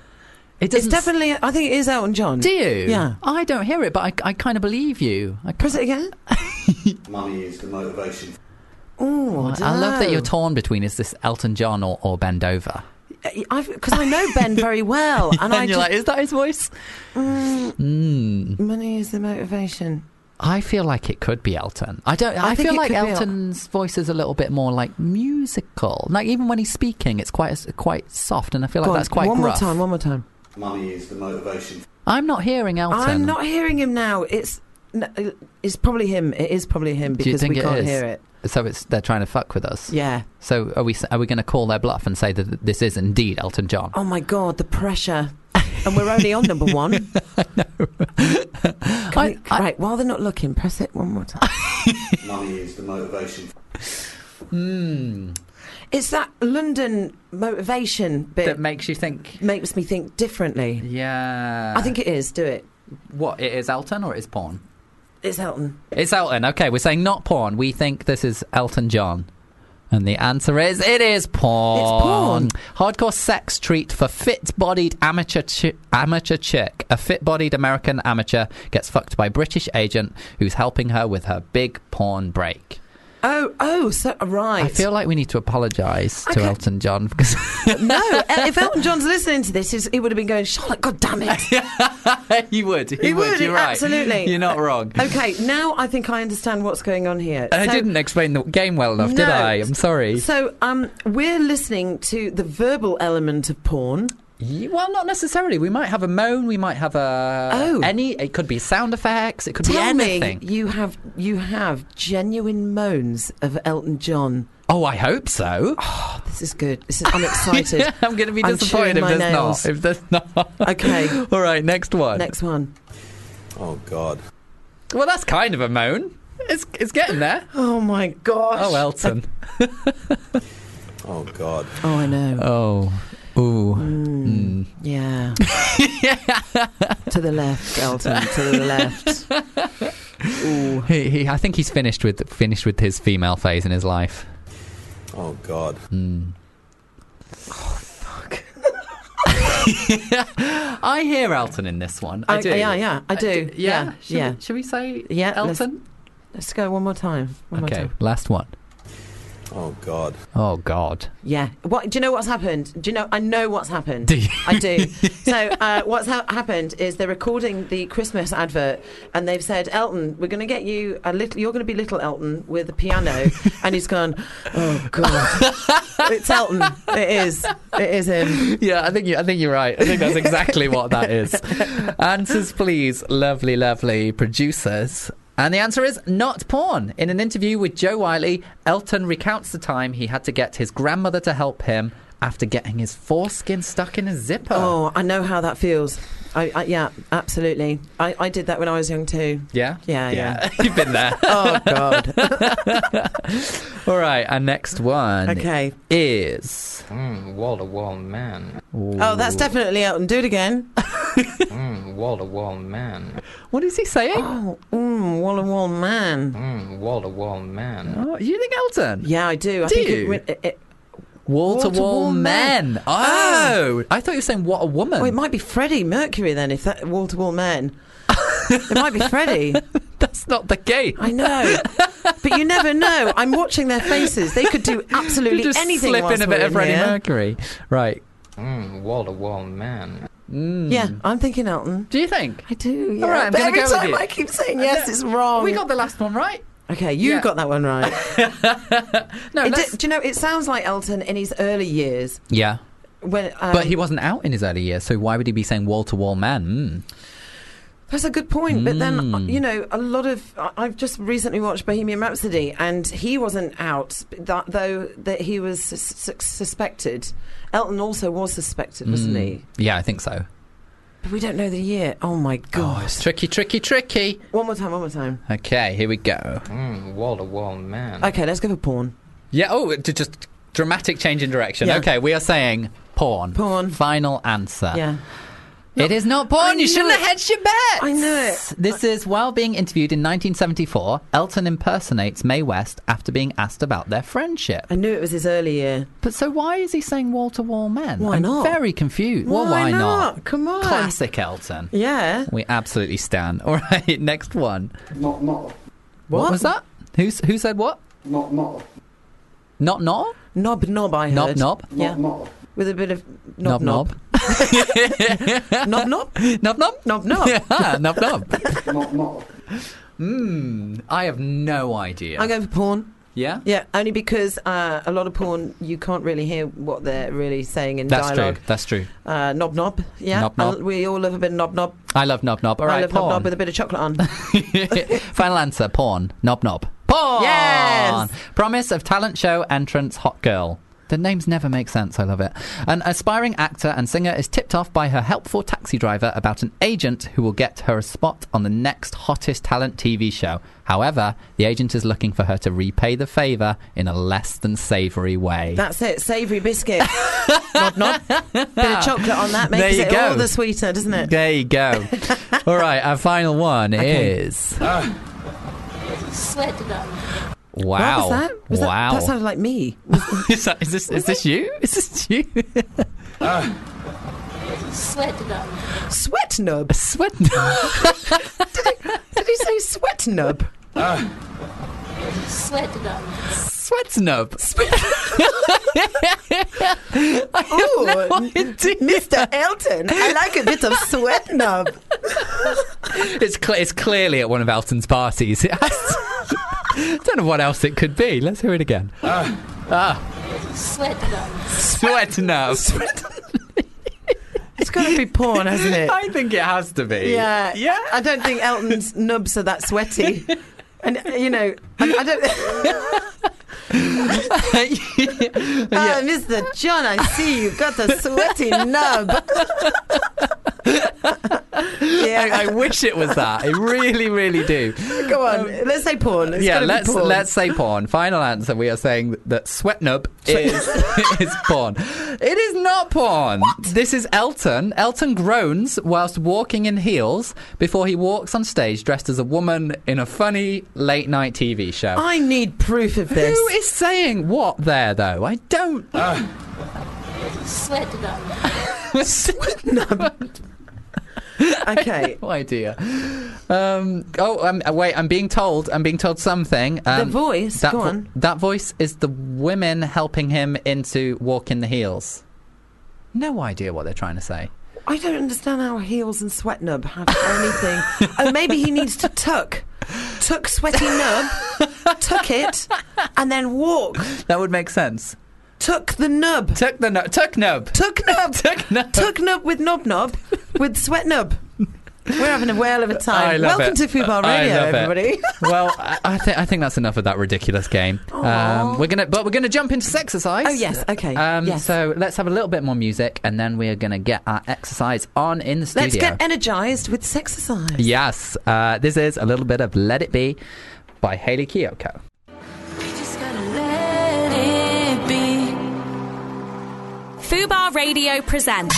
Speaker 3: it
Speaker 4: It's
Speaker 3: doesn't.
Speaker 4: definitely. I think it is Elton John.
Speaker 3: do you?
Speaker 4: Yeah.
Speaker 3: I don't hear it, but I, I kind of believe you. I,
Speaker 4: Press it again.
Speaker 6: Money is the motivation.
Speaker 4: Oh,
Speaker 3: I love that you're torn between is this Elton John or, or Bend Over?
Speaker 4: because I know Ben very well, <laughs>
Speaker 3: <laughs>
Speaker 4: and, I
Speaker 3: you're
Speaker 4: just,
Speaker 3: like, is that his voice?
Speaker 4: money is the motivation.
Speaker 3: I feel like it could be Elton. I don't. I,
Speaker 4: I think
Speaker 3: feel
Speaker 4: it
Speaker 3: like
Speaker 4: could be El-
Speaker 3: Elton's voice is a little bit more like musical. Like even when he's speaking, it's quite s- quite soft, and I feel like
Speaker 4: Go on,
Speaker 3: that's quite
Speaker 4: one
Speaker 3: gruff.
Speaker 4: more time. One more time.
Speaker 6: Money is the motivation.
Speaker 3: I'm not hearing Elton.
Speaker 4: I'm not hearing him now. It's n- uh, it's probably him. It is probably him
Speaker 3: Do you
Speaker 4: because
Speaker 3: think
Speaker 4: we
Speaker 3: it
Speaker 4: can't
Speaker 3: is?
Speaker 4: hear it.
Speaker 3: So it's they're trying to fuck with us.
Speaker 4: Yeah.
Speaker 3: So are we are we going to call their bluff and say that this is indeed Elton John?
Speaker 4: Oh my god, the pressure.
Speaker 3: <laughs>
Speaker 4: And we're only on number one. <laughs> Can
Speaker 3: I-
Speaker 4: we-
Speaker 3: I-
Speaker 4: right, while they're not looking, press it one
Speaker 3: <laughs>
Speaker 4: more time.
Speaker 6: Money is the motivation.
Speaker 4: it's that London motivation bit
Speaker 3: That makes you think.
Speaker 4: makes me think differently.
Speaker 3: Yeah.
Speaker 4: I think it is. Do it.
Speaker 3: what it is Elton or it is porn?
Speaker 4: It's Elton.
Speaker 3: It's Elton. Okay, we're saying not porn. We think this is Elton John. And the answer is it is porn.
Speaker 4: porn.
Speaker 3: Hardcore sex treat for fit-bodied amateur chi- amateur chick. A fit-bodied American amateur gets fucked by British agent who's helping her with her big porn break.
Speaker 4: Oh, oh, so right.
Speaker 3: I feel like we need to apologise to
Speaker 4: Okay.
Speaker 3: Elton John because <laughs>
Speaker 4: no. El- If Elton John's listening to this, is he would have been going, Charlotte, God
Speaker 3: <laughs>
Speaker 4: damn it.
Speaker 3: he would. He,
Speaker 4: He would,
Speaker 3: You're right.
Speaker 4: absolutely.
Speaker 3: You're not wrong.
Speaker 4: Okay, now I think I understand what's going on here.
Speaker 3: I
Speaker 4: So-
Speaker 3: didn't explain the game well enough, did
Speaker 4: No.
Speaker 3: I? I'm sorry.
Speaker 4: So, um, we're listening to the verbal element of porn.
Speaker 3: Ye- Well, not necessarily. We might have a moan. We might have a
Speaker 4: Oh.
Speaker 3: any. It could be sound effects. It could be
Speaker 4: Tell
Speaker 3: anything.
Speaker 4: me, you have you have genuine moans of Elton John.
Speaker 3: Oh, I hope so.
Speaker 4: This is good. This is.
Speaker 3: <laughs>
Speaker 4: I'm excited.
Speaker 3: I'm going to be
Speaker 4: Oh, I'm
Speaker 3: disappointed if
Speaker 4: chewing my
Speaker 3: there's
Speaker 4: nails.
Speaker 3: not. If there's not.
Speaker 4: Okay.
Speaker 3: <laughs> All right. Next one.
Speaker 4: Next one.
Speaker 6: Oh, God.
Speaker 3: Well, that's kind of a
Speaker 4: <laughs>
Speaker 3: moan. It's it's getting there.
Speaker 4: Oh my gosh.
Speaker 3: Oh, Elton.
Speaker 6: Oh God.
Speaker 4: Oh, I know. Hmm.
Speaker 3: Oh. Ooh. Mm. <laughs>
Speaker 4: Yeah. to the left, Elton. To the left.
Speaker 3: <laughs>
Speaker 4: Ooh.
Speaker 3: He, he, I think he's finished with finished with his female phase in his life.
Speaker 6: Oh God.
Speaker 3: Mm. Oh fuck! I hear Elton in this one. I, do. Uh,
Speaker 4: Yeah, yeah, I do.
Speaker 3: d-
Speaker 4: yeah,
Speaker 3: yeah.
Speaker 4: yeah.
Speaker 3: Should, We, should we say
Speaker 4: Yeah, let's-
Speaker 3: Elton?
Speaker 4: Let's go one more time. One more
Speaker 3: Okay,
Speaker 4: time.
Speaker 3: last one.
Speaker 6: Oh God.
Speaker 3: Oh God.
Speaker 4: Yeah. What? Do you know what's happened? Do you know? I know what's happened.
Speaker 3: Do you- <laughs>
Speaker 4: I do. so uh, what's ha- happened is they're recording the Christmas advert, and they've said, Elton, we're going to get you a little. You're going to be little Elton with a piano,
Speaker 3: <laughs>
Speaker 4: and he's gone. Oh God. it's Elton. It is. It is him.
Speaker 3: <laughs> Yeah, I think you, I think you're right. I think that's exactly what that
Speaker 4: <laughs>
Speaker 3: is. Answers, please, lovely, lovely producers. And the answer is not porn. In an interview with Joe Wiley, Elton recounts the time he had to get his grandmother to help him after getting his foreskin stuck in a zipper.
Speaker 4: Oh, I know how that feels. I, I yeah, absolutely. I, I did that when I was young too.
Speaker 3: Yeah?
Speaker 4: Yeah, yeah.
Speaker 3: <laughs> You've been there.
Speaker 4: <laughs> Oh God.
Speaker 3: All right, our next one
Speaker 4: okay.
Speaker 3: is.
Speaker 7: Mm, wall to wall man.
Speaker 4: Oh, that's definitely Elton. Do it again. <laughs>
Speaker 7: Mm, wall to wall man.
Speaker 3: What is he saying?
Speaker 4: Oh, mm, wall and wall man.
Speaker 7: Mm, wall to wall man.
Speaker 3: Oh, you think Elton?
Speaker 4: Yeah, I do. I
Speaker 3: Do
Speaker 4: think
Speaker 3: you?
Speaker 4: it, went- it, it,
Speaker 3: Wall to wall
Speaker 4: Wall-to-wall
Speaker 3: men.
Speaker 4: men.
Speaker 3: Oh, I thought you were saying what a woman.
Speaker 4: oh, it might be Freddie Mercury then, if that wall to wall men. it might
Speaker 3: <laughs>
Speaker 4: be Freddie.
Speaker 3: <laughs> That's not the case.
Speaker 4: I know, but you never know. I'm watching their faces. They
Speaker 3: <laughs>
Speaker 4: could do absolutely
Speaker 3: just
Speaker 4: anything.
Speaker 3: slip in
Speaker 4: whilst
Speaker 3: a bit
Speaker 4: we're
Speaker 3: of Freddie
Speaker 4: here.
Speaker 3: Mercury, right?
Speaker 7: Mm, wall to wall man.
Speaker 3: Mm.
Speaker 4: Yeah, I'm thinking Elton.
Speaker 3: Do you think
Speaker 4: I do. Yeah.
Speaker 3: All right, I'm
Speaker 4: But
Speaker 3: gonna
Speaker 4: every
Speaker 3: go with
Speaker 4: time
Speaker 3: you.
Speaker 4: I keep
Speaker 3: <laughs>
Speaker 4: saying yes, it's wrong.
Speaker 3: we got the last one right?
Speaker 4: okay, you
Speaker 3: Yeah.
Speaker 4: got that one right.
Speaker 3: <laughs> No,
Speaker 4: It
Speaker 3: let's-
Speaker 4: did- do you know? It sounds like Elton in his early years
Speaker 3: yeah,
Speaker 4: when. Um,
Speaker 3: but he wasn't out in his early years, so why would he be saying Hmm. wall to wall man?
Speaker 4: That's a good point. But then, uh,
Speaker 3: Mm.
Speaker 4: you know, a lot of. I- I've just recently watched Bohemian Rhapsody, and he wasn't out, that, though that he was sus- sus- suspected. Elton also was suspected, wasn't he?
Speaker 3: Yeah, I think so.
Speaker 4: But we don't know the year. Oh my
Speaker 3: Oh,
Speaker 4: God.
Speaker 3: it's tricky, tricky, tricky.
Speaker 4: One more time, one more time.
Speaker 3: Okay, here we go.
Speaker 7: Mm, wall to wall man.
Speaker 4: Okay, let's go for porn.
Speaker 3: Yeah. Oh, d- just dramatic change in direction.
Speaker 4: Yeah.
Speaker 3: Okay, we are saying porn.
Speaker 4: Porn.
Speaker 3: Final answer.
Speaker 4: Yeah.
Speaker 3: It is not porn.
Speaker 4: I
Speaker 3: You shouldn't
Speaker 4: knew
Speaker 3: have
Speaker 4: it.
Speaker 3: hedged your bets.
Speaker 4: I knew it.
Speaker 3: This is while being interviewed in 1974. Elton impersonates Mae West after being asked about their friendship.
Speaker 4: I knew it was his early year.
Speaker 3: But so why is he saying wall to wall men?
Speaker 4: Why
Speaker 3: I'm
Speaker 4: not?
Speaker 3: Very confused. well, why
Speaker 4: Why
Speaker 3: not?
Speaker 4: not? Come on.
Speaker 3: Classic Elton.
Speaker 4: Yeah.
Speaker 3: We absolutely stand. <laughs> All right, next one.
Speaker 6: Not not
Speaker 3: What, was that? Who's who said what?
Speaker 6: not not
Speaker 3: Not not
Speaker 4: Knob knob, I heard.
Speaker 3: knob knob
Speaker 4: Yeah.
Speaker 6: not.
Speaker 4: With a bit of knob knob. Knob knob?
Speaker 3: <laughs> knob knob
Speaker 4: Knob knob.
Speaker 3: <laughs> Yeah, knob knob.
Speaker 6: Not not.
Speaker 3: Hmm. I have no idea.
Speaker 4: I'm going for porn.
Speaker 3: yeah.
Speaker 4: Yeah, only because uh, a lot of porn you can't really hear what they're really saying in
Speaker 3: That's
Speaker 4: dialogue.
Speaker 3: true. That's true.
Speaker 4: Uh, knob knob, yeah.
Speaker 3: Knob knob.
Speaker 4: Uh, we all love a bit of knob knob.
Speaker 3: I love knob knob. All
Speaker 4: I
Speaker 3: right,
Speaker 4: love knob knob with a bit of chocolate
Speaker 3: <laughs>
Speaker 4: on. <laughs>
Speaker 3: Final answer: porn. Knob knob. Porn.
Speaker 4: Yes!
Speaker 3: Promise of talent show entrance. Hot girl. The names never make sense. I love it. An aspiring actor and singer is tipped off by her helpful taxi driver about an agent who will get her a spot on the next hottest talent TV show. However, the agent is looking for her to repay the favor in a less than savory way.
Speaker 4: That's it, savoury biscuit. knob knob. Bit of chocolate on that makes
Speaker 3: There you
Speaker 4: it
Speaker 3: go.
Speaker 4: all the sweeter, doesn't it?
Speaker 3: there you
Speaker 4: <laughs>
Speaker 3: go. All right, our final one is.
Speaker 8: Swear to God.
Speaker 3: Wow.
Speaker 4: What was that? Was that-
Speaker 3: wow.
Speaker 4: that sounded like me.
Speaker 3: <laughs> is, that, is this is this you? Is this you?
Speaker 8: Swear to God.
Speaker 4: Sweat nub.
Speaker 3: Sweat.
Speaker 4: Did he say sweat
Speaker 3: <laughs>
Speaker 4: nub?
Speaker 8: Swear to God.
Speaker 3: Sweat snub.
Speaker 4: Oh,
Speaker 3: <laughs> it's
Speaker 4: Mr. Elton, I like a bit of sweat nub.
Speaker 3: cle it's clearly at one of Elton's parties. <laughs> It has to- <laughs> don't know what else it could be. Let's hear it again.
Speaker 8: Swear to God.
Speaker 3: Sweat snub.
Speaker 4: It's got to be porn, hasn't it?
Speaker 3: I think it has to be. <laughs>
Speaker 4: Yeah.
Speaker 3: Yeah.
Speaker 4: I don't think Elton's nubs are that sweaty. And, uh, you know, I, I don't. <laughs> Ah, Mr.
Speaker 3: <laughs>
Speaker 4: John, I see you got a sweaty nub.
Speaker 3: I, I wish it was that. I really, really do.
Speaker 4: Go on. let's say porn. It's
Speaker 3: Um, yeah,
Speaker 4: gotta be
Speaker 3: let's
Speaker 4: porn.
Speaker 3: let's say porn. Final answer. We are saying that Sweatnub is is <laughs> porn. It is not porn. This is Elton. Elton groans whilst walking in heels before he walks on stage dressed as a woman in a funny late night TV show.
Speaker 4: I need proof of this.
Speaker 3: Who is saying what there though? I
Speaker 4: <laughs>
Speaker 3: don't.
Speaker 8: Swear to God.
Speaker 4: okay.
Speaker 3: no idea. Um, oh, um, uh, wait! I'm being told. I'm being told something. Um,
Speaker 4: voice?
Speaker 3: That
Speaker 4: Go on.
Speaker 3: That voice is the women helping him into walking the heels. No idea what they're trying to say.
Speaker 4: I don't understand how heels and sweat nub have anything. oh, maybe he needs to tuck. Tuck sweaty nub, tuck it, and then walk.
Speaker 3: That would make sense.
Speaker 4: Tuck the nub.
Speaker 3: Tuck the nub. Tuck nub. <laughs>
Speaker 4: Tuck nub.
Speaker 3: Tuck nub.
Speaker 4: Tuck nub with knob knob with sweat nub. We're having a whale of a time.
Speaker 3: I love
Speaker 4: Welcome
Speaker 3: it.
Speaker 4: to Food Bar
Speaker 3: I
Speaker 4: Radio,
Speaker 3: love it. <laughs>
Speaker 4: everybody.
Speaker 3: well, I, I, th- I think that's enough of that ridiculous game. Um, we're gonna, but we're gonna jump into exercise.
Speaker 4: Oh, yes. Okay.
Speaker 3: Um,
Speaker 4: Yes.
Speaker 3: So let's have a little bit more music, and then we are gonna get our exercise on in the studio.
Speaker 4: <laughs> Let's get energized with sexercise.
Speaker 3: Yes, uh, this is a little bit of Let It Be by Hayley Kiyoko.
Speaker 9: Just gotta let it be. Fubar Radio presents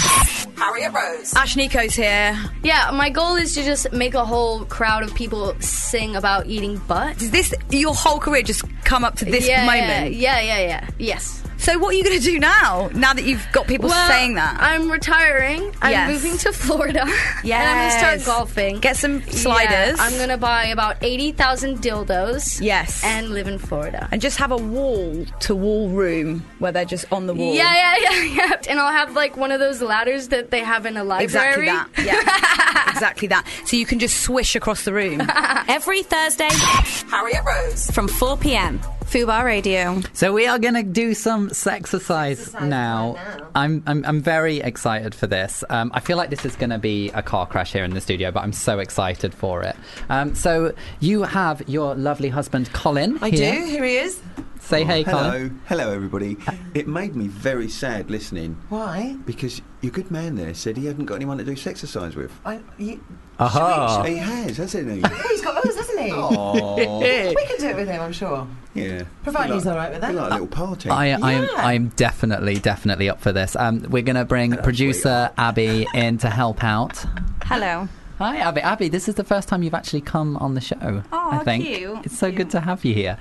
Speaker 9: Harriet Rose. Ash Nico's here.
Speaker 10: Yeah, my goal is to just make a whole crowd of people sing about eating butt.
Speaker 9: Does this your whole career just come up to this
Speaker 10: yeah,
Speaker 9: moment?
Speaker 10: Yeah, yeah, yeah. yeah. Yes.
Speaker 9: So what are you gonna do now? Now that you've got people
Speaker 10: Well,
Speaker 9: saying that,
Speaker 10: I'm retiring. I'm
Speaker 9: Yes.
Speaker 10: moving to Florida. <laughs> And I'm
Speaker 9: Yes.
Speaker 10: gonna start golfing.
Speaker 9: Get some sliders.
Speaker 10: Yeah, I'm gonna buy about eighty thousand dildos.
Speaker 9: Yes.
Speaker 10: And live in Florida.
Speaker 9: and just have a wall to wall room where they're just on the wall.
Speaker 10: Yeah, yeah, yeah, yeah. And I'll have like one of those ladders that they have in a library.
Speaker 9: Exactly that. Yeah. exactly that. So you can just swish across the room. Every Thursday, Harriet Rose. From 4 p.m. Fubar Radio.
Speaker 3: So we are going to do some sexercise now. I'm, I'm I'm very excited for this. Um, I feel like this is going to be a car crash here in the studio, but I'm so excited for it. Um, so you have your lovely husband Colin.
Speaker 4: I
Speaker 3: here.
Speaker 4: do. Here he is.
Speaker 3: Say hey, Colin.
Speaker 11: Hello, hello everybody. It made me very sad listening
Speaker 4: Why?
Speaker 11: because your good man there said he hadn't got anyone to do sexercise with.
Speaker 4: I, you, Ah.
Speaker 3: Aha.
Speaker 11: He has, hasn't he?
Speaker 4: he's got us, hasn't he?
Speaker 11: Aww.
Speaker 4: <laughs> We can do it with him, I'm sure.
Speaker 11: yeah.
Speaker 4: Provided
Speaker 11: Be
Speaker 4: he's all right with that.
Speaker 11: be Like a little party.
Speaker 3: I, I am
Speaker 4: Yeah.
Speaker 3: I'm definitely definitely up for this. Um, we're going to bring producer Abby in to help out.
Speaker 9: Hello.
Speaker 3: Hi, Abby. Abby, this is the first time you've actually come on the show.
Speaker 9: Oh,
Speaker 3: I think
Speaker 9: cute.
Speaker 3: it's so good to have you here.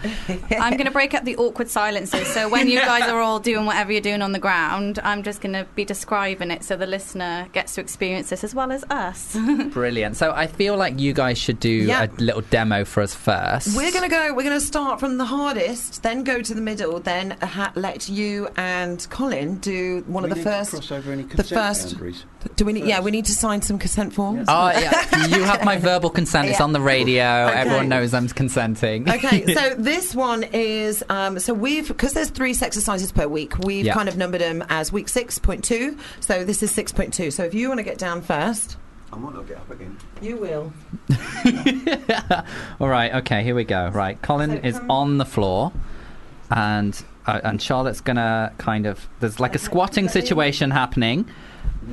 Speaker 12: I'm going to break up the awkward silences. So when
Speaker 4: <laughs>
Speaker 12: you guys are all doing whatever you're doing on the ground, I'm just going to be describing it so the listener gets to experience this as well as us.
Speaker 3: Brilliant. So I feel like you guys should do
Speaker 4: Yeah.
Speaker 3: a little demo for us first.
Speaker 4: We're going to go, we're going to start from the hardest, then go to the middle, then ha- let you and Colin do one of
Speaker 11: We
Speaker 4: the
Speaker 11: need to
Speaker 4: first.
Speaker 11: cross over any
Speaker 4: the
Speaker 11: consent
Speaker 4: first.
Speaker 11: boundaries.
Speaker 4: Do we need, yeah, we need to sign some consent forms.
Speaker 3: Oh yeah, you have my verbal consent. It's on the radio. Everyone knows I'm consenting. <laughs>
Speaker 4: Okay, so this one is um, so we've because there's three exercises per week. We've
Speaker 3: Yeah.
Speaker 4: kind of numbered them as week six point two. So this is six point two. So if you want to get down first,
Speaker 11: I might not get up again.
Speaker 4: you will.
Speaker 3: All right. Okay. Here we go. Right. Colin is on the floor, and uh, and Charlotte's gonna kind of there's like a squatting situation happening.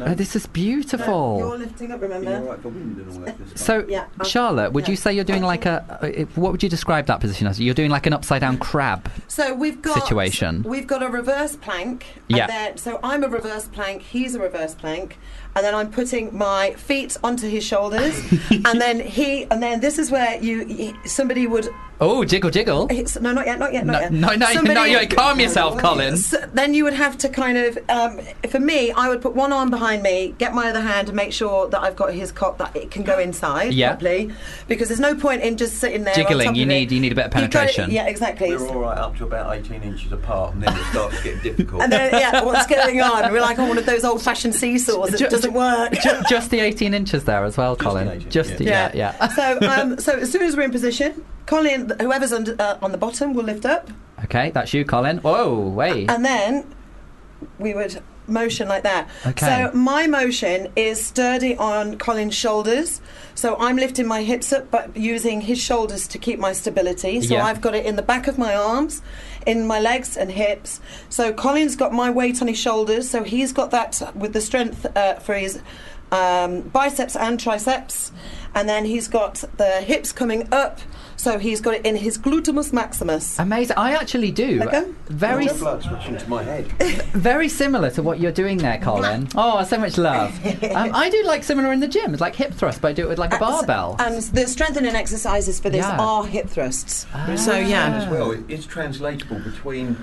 Speaker 3: Oh, this is beautiful.
Speaker 4: lifting up,
Speaker 11: You're all right for wind and all that.
Speaker 4: <laughs>
Speaker 11: this time.
Speaker 3: So,
Speaker 4: Yeah, I'll-
Speaker 3: Charlotte, would
Speaker 4: yeah.
Speaker 3: you say you're doing like a? uh, if- What would you describe that position as? You're doing like an upside down crab.
Speaker 4: So we've got
Speaker 3: Situation.
Speaker 4: We've got a reverse plank. and
Speaker 3: Yeah.
Speaker 4: then- so I'm a reverse plank. He's a reverse plank, and then I'm putting my feet onto
Speaker 3: <laughs>
Speaker 4: his shoulders, and then he, and then this is where you somebody would.
Speaker 3: Oh, jiggle, jiggle.
Speaker 4: It's, no, not yet. Not yet. Not
Speaker 3: No,
Speaker 4: yet.
Speaker 3: no, no, no, you calm
Speaker 4: <laughs>
Speaker 3: yourself, Colin.
Speaker 4: So then you would have to kind of, um, for me, I would put one arm behind me, get my other hand, and make sure that I've got his cock that it can go inside
Speaker 3: Yeah.
Speaker 4: properly, because there's no point in just sitting there on
Speaker 3: Jiggling,
Speaker 4: top
Speaker 3: you
Speaker 4: of
Speaker 3: need-
Speaker 4: it.
Speaker 3: you need a bit of
Speaker 4: You've got it-
Speaker 3: penetration.
Speaker 4: yeah, exactly.
Speaker 11: We're all right up to about 18 inches apart, and then it starts
Speaker 4: <laughs>
Speaker 11: to get difficult.
Speaker 4: And then, yeah, what's going on? We're like on one of those old fashioned seesaws
Speaker 3: Ju-
Speaker 4: that doesn't work.
Speaker 3: Ju- just the 18 inches there as well,
Speaker 11: the
Speaker 3: Colin.
Speaker 11: 18,
Speaker 3: Just yeah,
Speaker 11: yeah.
Speaker 3: yeah.
Speaker 4: so, um, so as soon as we're in position, Colin, whoever's under, uh, on the bottom, will lift up,
Speaker 3: okay, that's you, Colin. Whoa, wait.
Speaker 4: and then we would motion like that.
Speaker 3: Okay.
Speaker 4: So my motion is sturdy on Colin's shoulders. So I'm lifting my hips up, but using his shoulders to keep my stability. So
Speaker 3: Yeah.
Speaker 4: I've got it in the back of my arms, in my legs and hips. So Colin's got my weight on his shoulders. So he's got that with the strength uh, for his um, biceps and triceps, and then he's got the hips coming up. So he's got it in his glutamus maximus.
Speaker 3: Amazing! I actually do.
Speaker 4: Okay.
Speaker 3: Very,
Speaker 4: Well
Speaker 3: s-
Speaker 4: done.
Speaker 6: Blood's rushing to my
Speaker 4: <laughs>
Speaker 6: head.
Speaker 3: very similar to what you're doing there, Colin. Oh, so much love.
Speaker 4: <laughs>
Speaker 3: um, I do like similar in the gym. It's like hip thrust, but I do it with
Speaker 4: Uh,
Speaker 3: like a barbell.
Speaker 4: And Um, the strengthening exercises for this
Speaker 3: Yeah. Ah.
Speaker 4: are hip thrusts.
Speaker 11: But it's
Speaker 4: So
Speaker 11: interesting
Speaker 4: yeah.
Speaker 11: as well, it- it's translatable between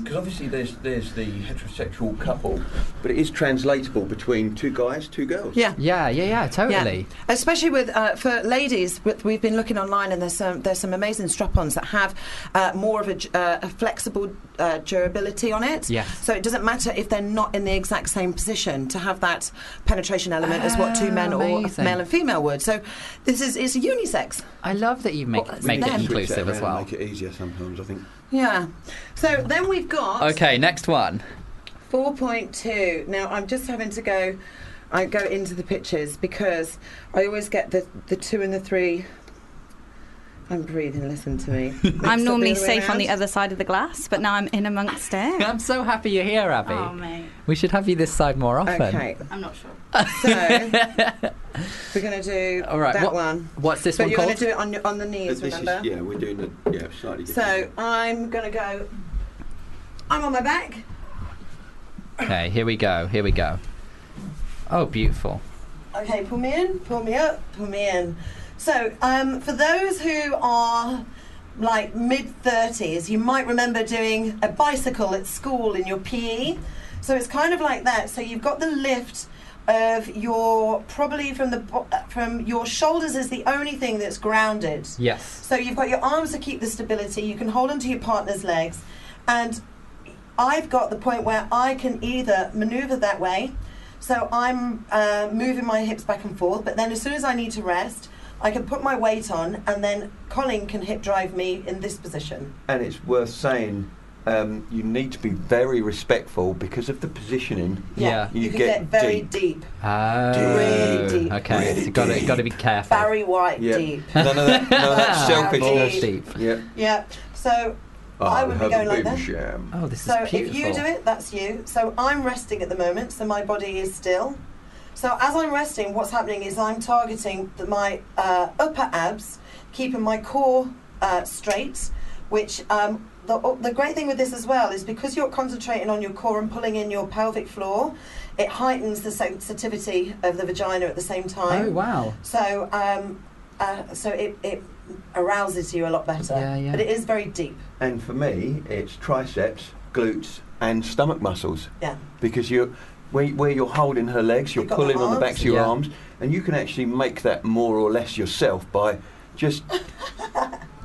Speaker 11: because obviously there's there's the heterosexual couple, but it is translatable between two guys, two girls.
Speaker 4: Yeah.
Speaker 3: Yeah, yeah, yeah, totally.
Speaker 4: Yeah. Especially with uh, for ladies, with- we've been looking online, and there's some there's some amazing strap-ons that have uh, more of a, j- uh, a flexible uh, durability on it.
Speaker 3: Yes.
Speaker 4: So it doesn't matter if they're not in the exact same position to have that penetration element as what two men
Speaker 3: Amazing.
Speaker 4: or male and female would. So this is it's unisex.
Speaker 3: I love that you make
Speaker 4: Well,
Speaker 3: make it
Speaker 4: then-
Speaker 3: inclusive as well.
Speaker 11: Make it easier sometimes, I think.
Speaker 4: Yeah. So then we've got
Speaker 3: Okay, next one.
Speaker 4: 4.2. Now, I'm just having to go. I go into the pictures because I always get the, the two and the three. I'm breathing, listen to
Speaker 3: <laughs>
Speaker 4: me. Mixed up
Speaker 12: I'm
Speaker 4: the
Speaker 12: normally
Speaker 4: other way
Speaker 12: safe on the
Speaker 4: round.
Speaker 12: other side of the glass, but now I'm in amongst it.
Speaker 3: <laughs> I'm so happy you're here, Abby.
Speaker 12: Oh, mate.
Speaker 3: We should have you this side more often.
Speaker 4: Um, Okay.
Speaker 12: I'm not sure.
Speaker 4: We're going to do
Speaker 3: All right.
Speaker 4: that
Speaker 3: what-
Speaker 4: one.
Speaker 3: What's this
Speaker 4: but
Speaker 3: one
Speaker 4: you're
Speaker 3: called?
Speaker 4: going to do it on, your- on the knees,
Speaker 11: But this
Speaker 4: remember?
Speaker 11: is yeah, we're doing it yeah slightly different.
Speaker 4: So I'm going to go. I'm on my back.
Speaker 3: Okay, here we go. Here we go. Oh, beautiful.
Speaker 4: Okay, pull me in, pull me up, pull me in. So, um, for those who are like mid 30s, you might remember doing a bicycle at school in your PE. So, it's kind of like that. So, you've got the lift of your probably from the bo- uh, from your shoulders is the only thing that's grounded.
Speaker 3: Yes.
Speaker 4: So you've got your arms to keep the stability. You can hold onto your partner's legs, and I've got the point where I can either maneuver that way, so I'm uh, moving my hips back and forth. But then as soon as I need to rest, I can put my weight on, and then Colin can hip drive me in this position.
Speaker 11: and it's worth saying um, you need to be very respectful because of the positioning.
Speaker 3: Yeah.
Speaker 11: You,
Speaker 4: You, can
Speaker 11: get,
Speaker 4: get, very
Speaker 11: deep.
Speaker 4: deep,
Speaker 3: Oh.
Speaker 4: Really deep.
Speaker 3: Okay.
Speaker 11: Really
Speaker 3: so got to
Speaker 11: deep.
Speaker 3: got to be careful.
Speaker 4: Barry White
Speaker 11: Yeah.
Speaker 4: deep.
Speaker 11: None of that. None of
Speaker 4: <laughs>
Speaker 11: that
Speaker 4: Very
Speaker 11: selfishness.
Speaker 4: deep.
Speaker 3: Deep.
Speaker 11: Yeah.
Speaker 4: Yeah. So Oh, I would be going like that.
Speaker 11: Jam.
Speaker 3: Oh, this
Speaker 4: So
Speaker 3: is
Speaker 4: if
Speaker 3: beautiful.
Speaker 4: you do it, that's you. So I'm resting at the moment, so my body is still. So as I'm resting, what's happening is I'm targeting the, my uh, upper abs, keeping my core uh, straight. Which um, the the great thing with this as well is because you're concentrating on your core and pulling in your pelvic floor, it heightens the sensitivity of the vagina at the same time.
Speaker 3: Oh wow.
Speaker 4: So um, uh, so it, it arouses you a lot better.
Speaker 3: Yeah, yeah.
Speaker 4: But it is very deep.
Speaker 11: And for me, it's triceps, glutes, and stomach muscles
Speaker 3: <laughs>
Speaker 4: Yeah.
Speaker 11: because you're. Where, where you're holding her legs, you're
Speaker 4: You've got
Speaker 11: pulling
Speaker 4: the
Speaker 11: on the backs of your
Speaker 3: Yeah.
Speaker 11: arms, and you can actually make that more or less yourself by
Speaker 3: <laughs>
Speaker 11: just.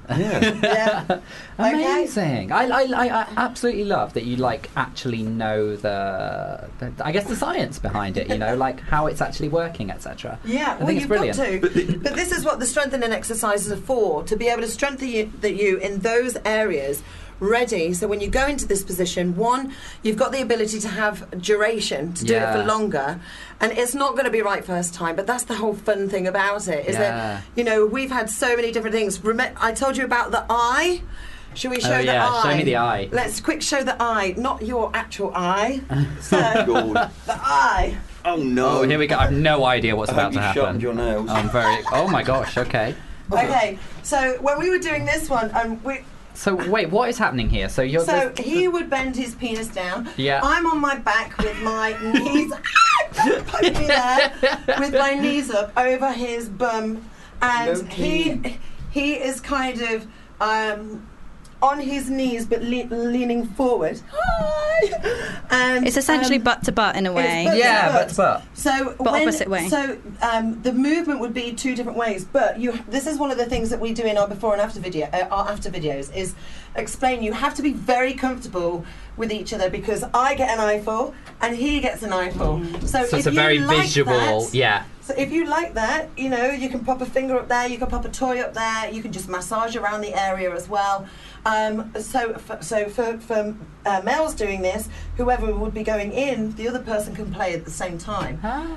Speaker 11: yeah.
Speaker 4: Yeah.
Speaker 3: Amazing. I, I, I, I absolutely love that you like actually know the, the I guess the science behind it, you know, like how it's actually working, etc.
Speaker 4: <laughs> Yeah,
Speaker 3: I
Speaker 4: well,
Speaker 3: think it's
Speaker 4: you've
Speaker 3: brilliant.
Speaker 4: got to. But, this is what the strengthening exercises are for to be able to strengthen you, that you in those areas ready. So when you go into this position, one, you've got the ability to have duration to do it
Speaker 3: Yeah.
Speaker 4: for longer. And it's not going to be right first time, but that's the whole fun thing about it is
Speaker 3: Yeah.
Speaker 4: that, you know, we've had so many different things. Rem- I told you about the eye. Should we show the
Speaker 3: Oh, yeah,
Speaker 4: eye?
Speaker 3: show me the eye.
Speaker 4: Let's quick show the eye, not your actual
Speaker 3: <laughs>
Speaker 4: eye. so, the
Speaker 11: God.
Speaker 4: eye.
Speaker 11: Oh no.
Speaker 3: Oh, here we go. I have no idea what's
Speaker 11: I
Speaker 3: about
Speaker 11: hope
Speaker 3: to
Speaker 11: you
Speaker 3: happen.
Speaker 11: sharpened your nails.
Speaker 3: I'm very. Oh my gosh. Okay.
Speaker 4: Okay, so when we were doing this one, um, we,
Speaker 3: So wait, what is happening here? So you're.
Speaker 4: so
Speaker 3: there's-
Speaker 4: he would bend his penis down.
Speaker 3: Yeah.
Speaker 4: I'm on my back with my knees. Ah, <laughs> don't poke me there, with my knees up over his bum, and he he is kind of um, on his knees but le- leaning forward. Hi. And
Speaker 12: It's essentially
Speaker 4: um,
Speaker 12: butt to butt in a way.
Speaker 4: butt-
Speaker 3: yeah,
Speaker 4: but-
Speaker 3: but but.
Speaker 4: so
Speaker 12: But
Speaker 4: when-
Speaker 12: opposite way.
Speaker 4: So um, the movement would be two different ways, but you. This is one of the things that we do in our before and after video, uh, our after videos, is explain. You have to be very comfortable with each other because I get an eyeful and he gets an eyeful. So,
Speaker 3: Mm. So
Speaker 4: if
Speaker 3: it's a
Speaker 4: you
Speaker 3: very
Speaker 4: like
Speaker 3: visual.
Speaker 4: that-
Speaker 3: Yeah.
Speaker 4: So if you like that, you know, you can pop a finger up there, you can pop a toy up there, you can just massage around the area as well. Um, so, f- so for, for uh, males doing this, whoever would be going in, the other person can play at the same time.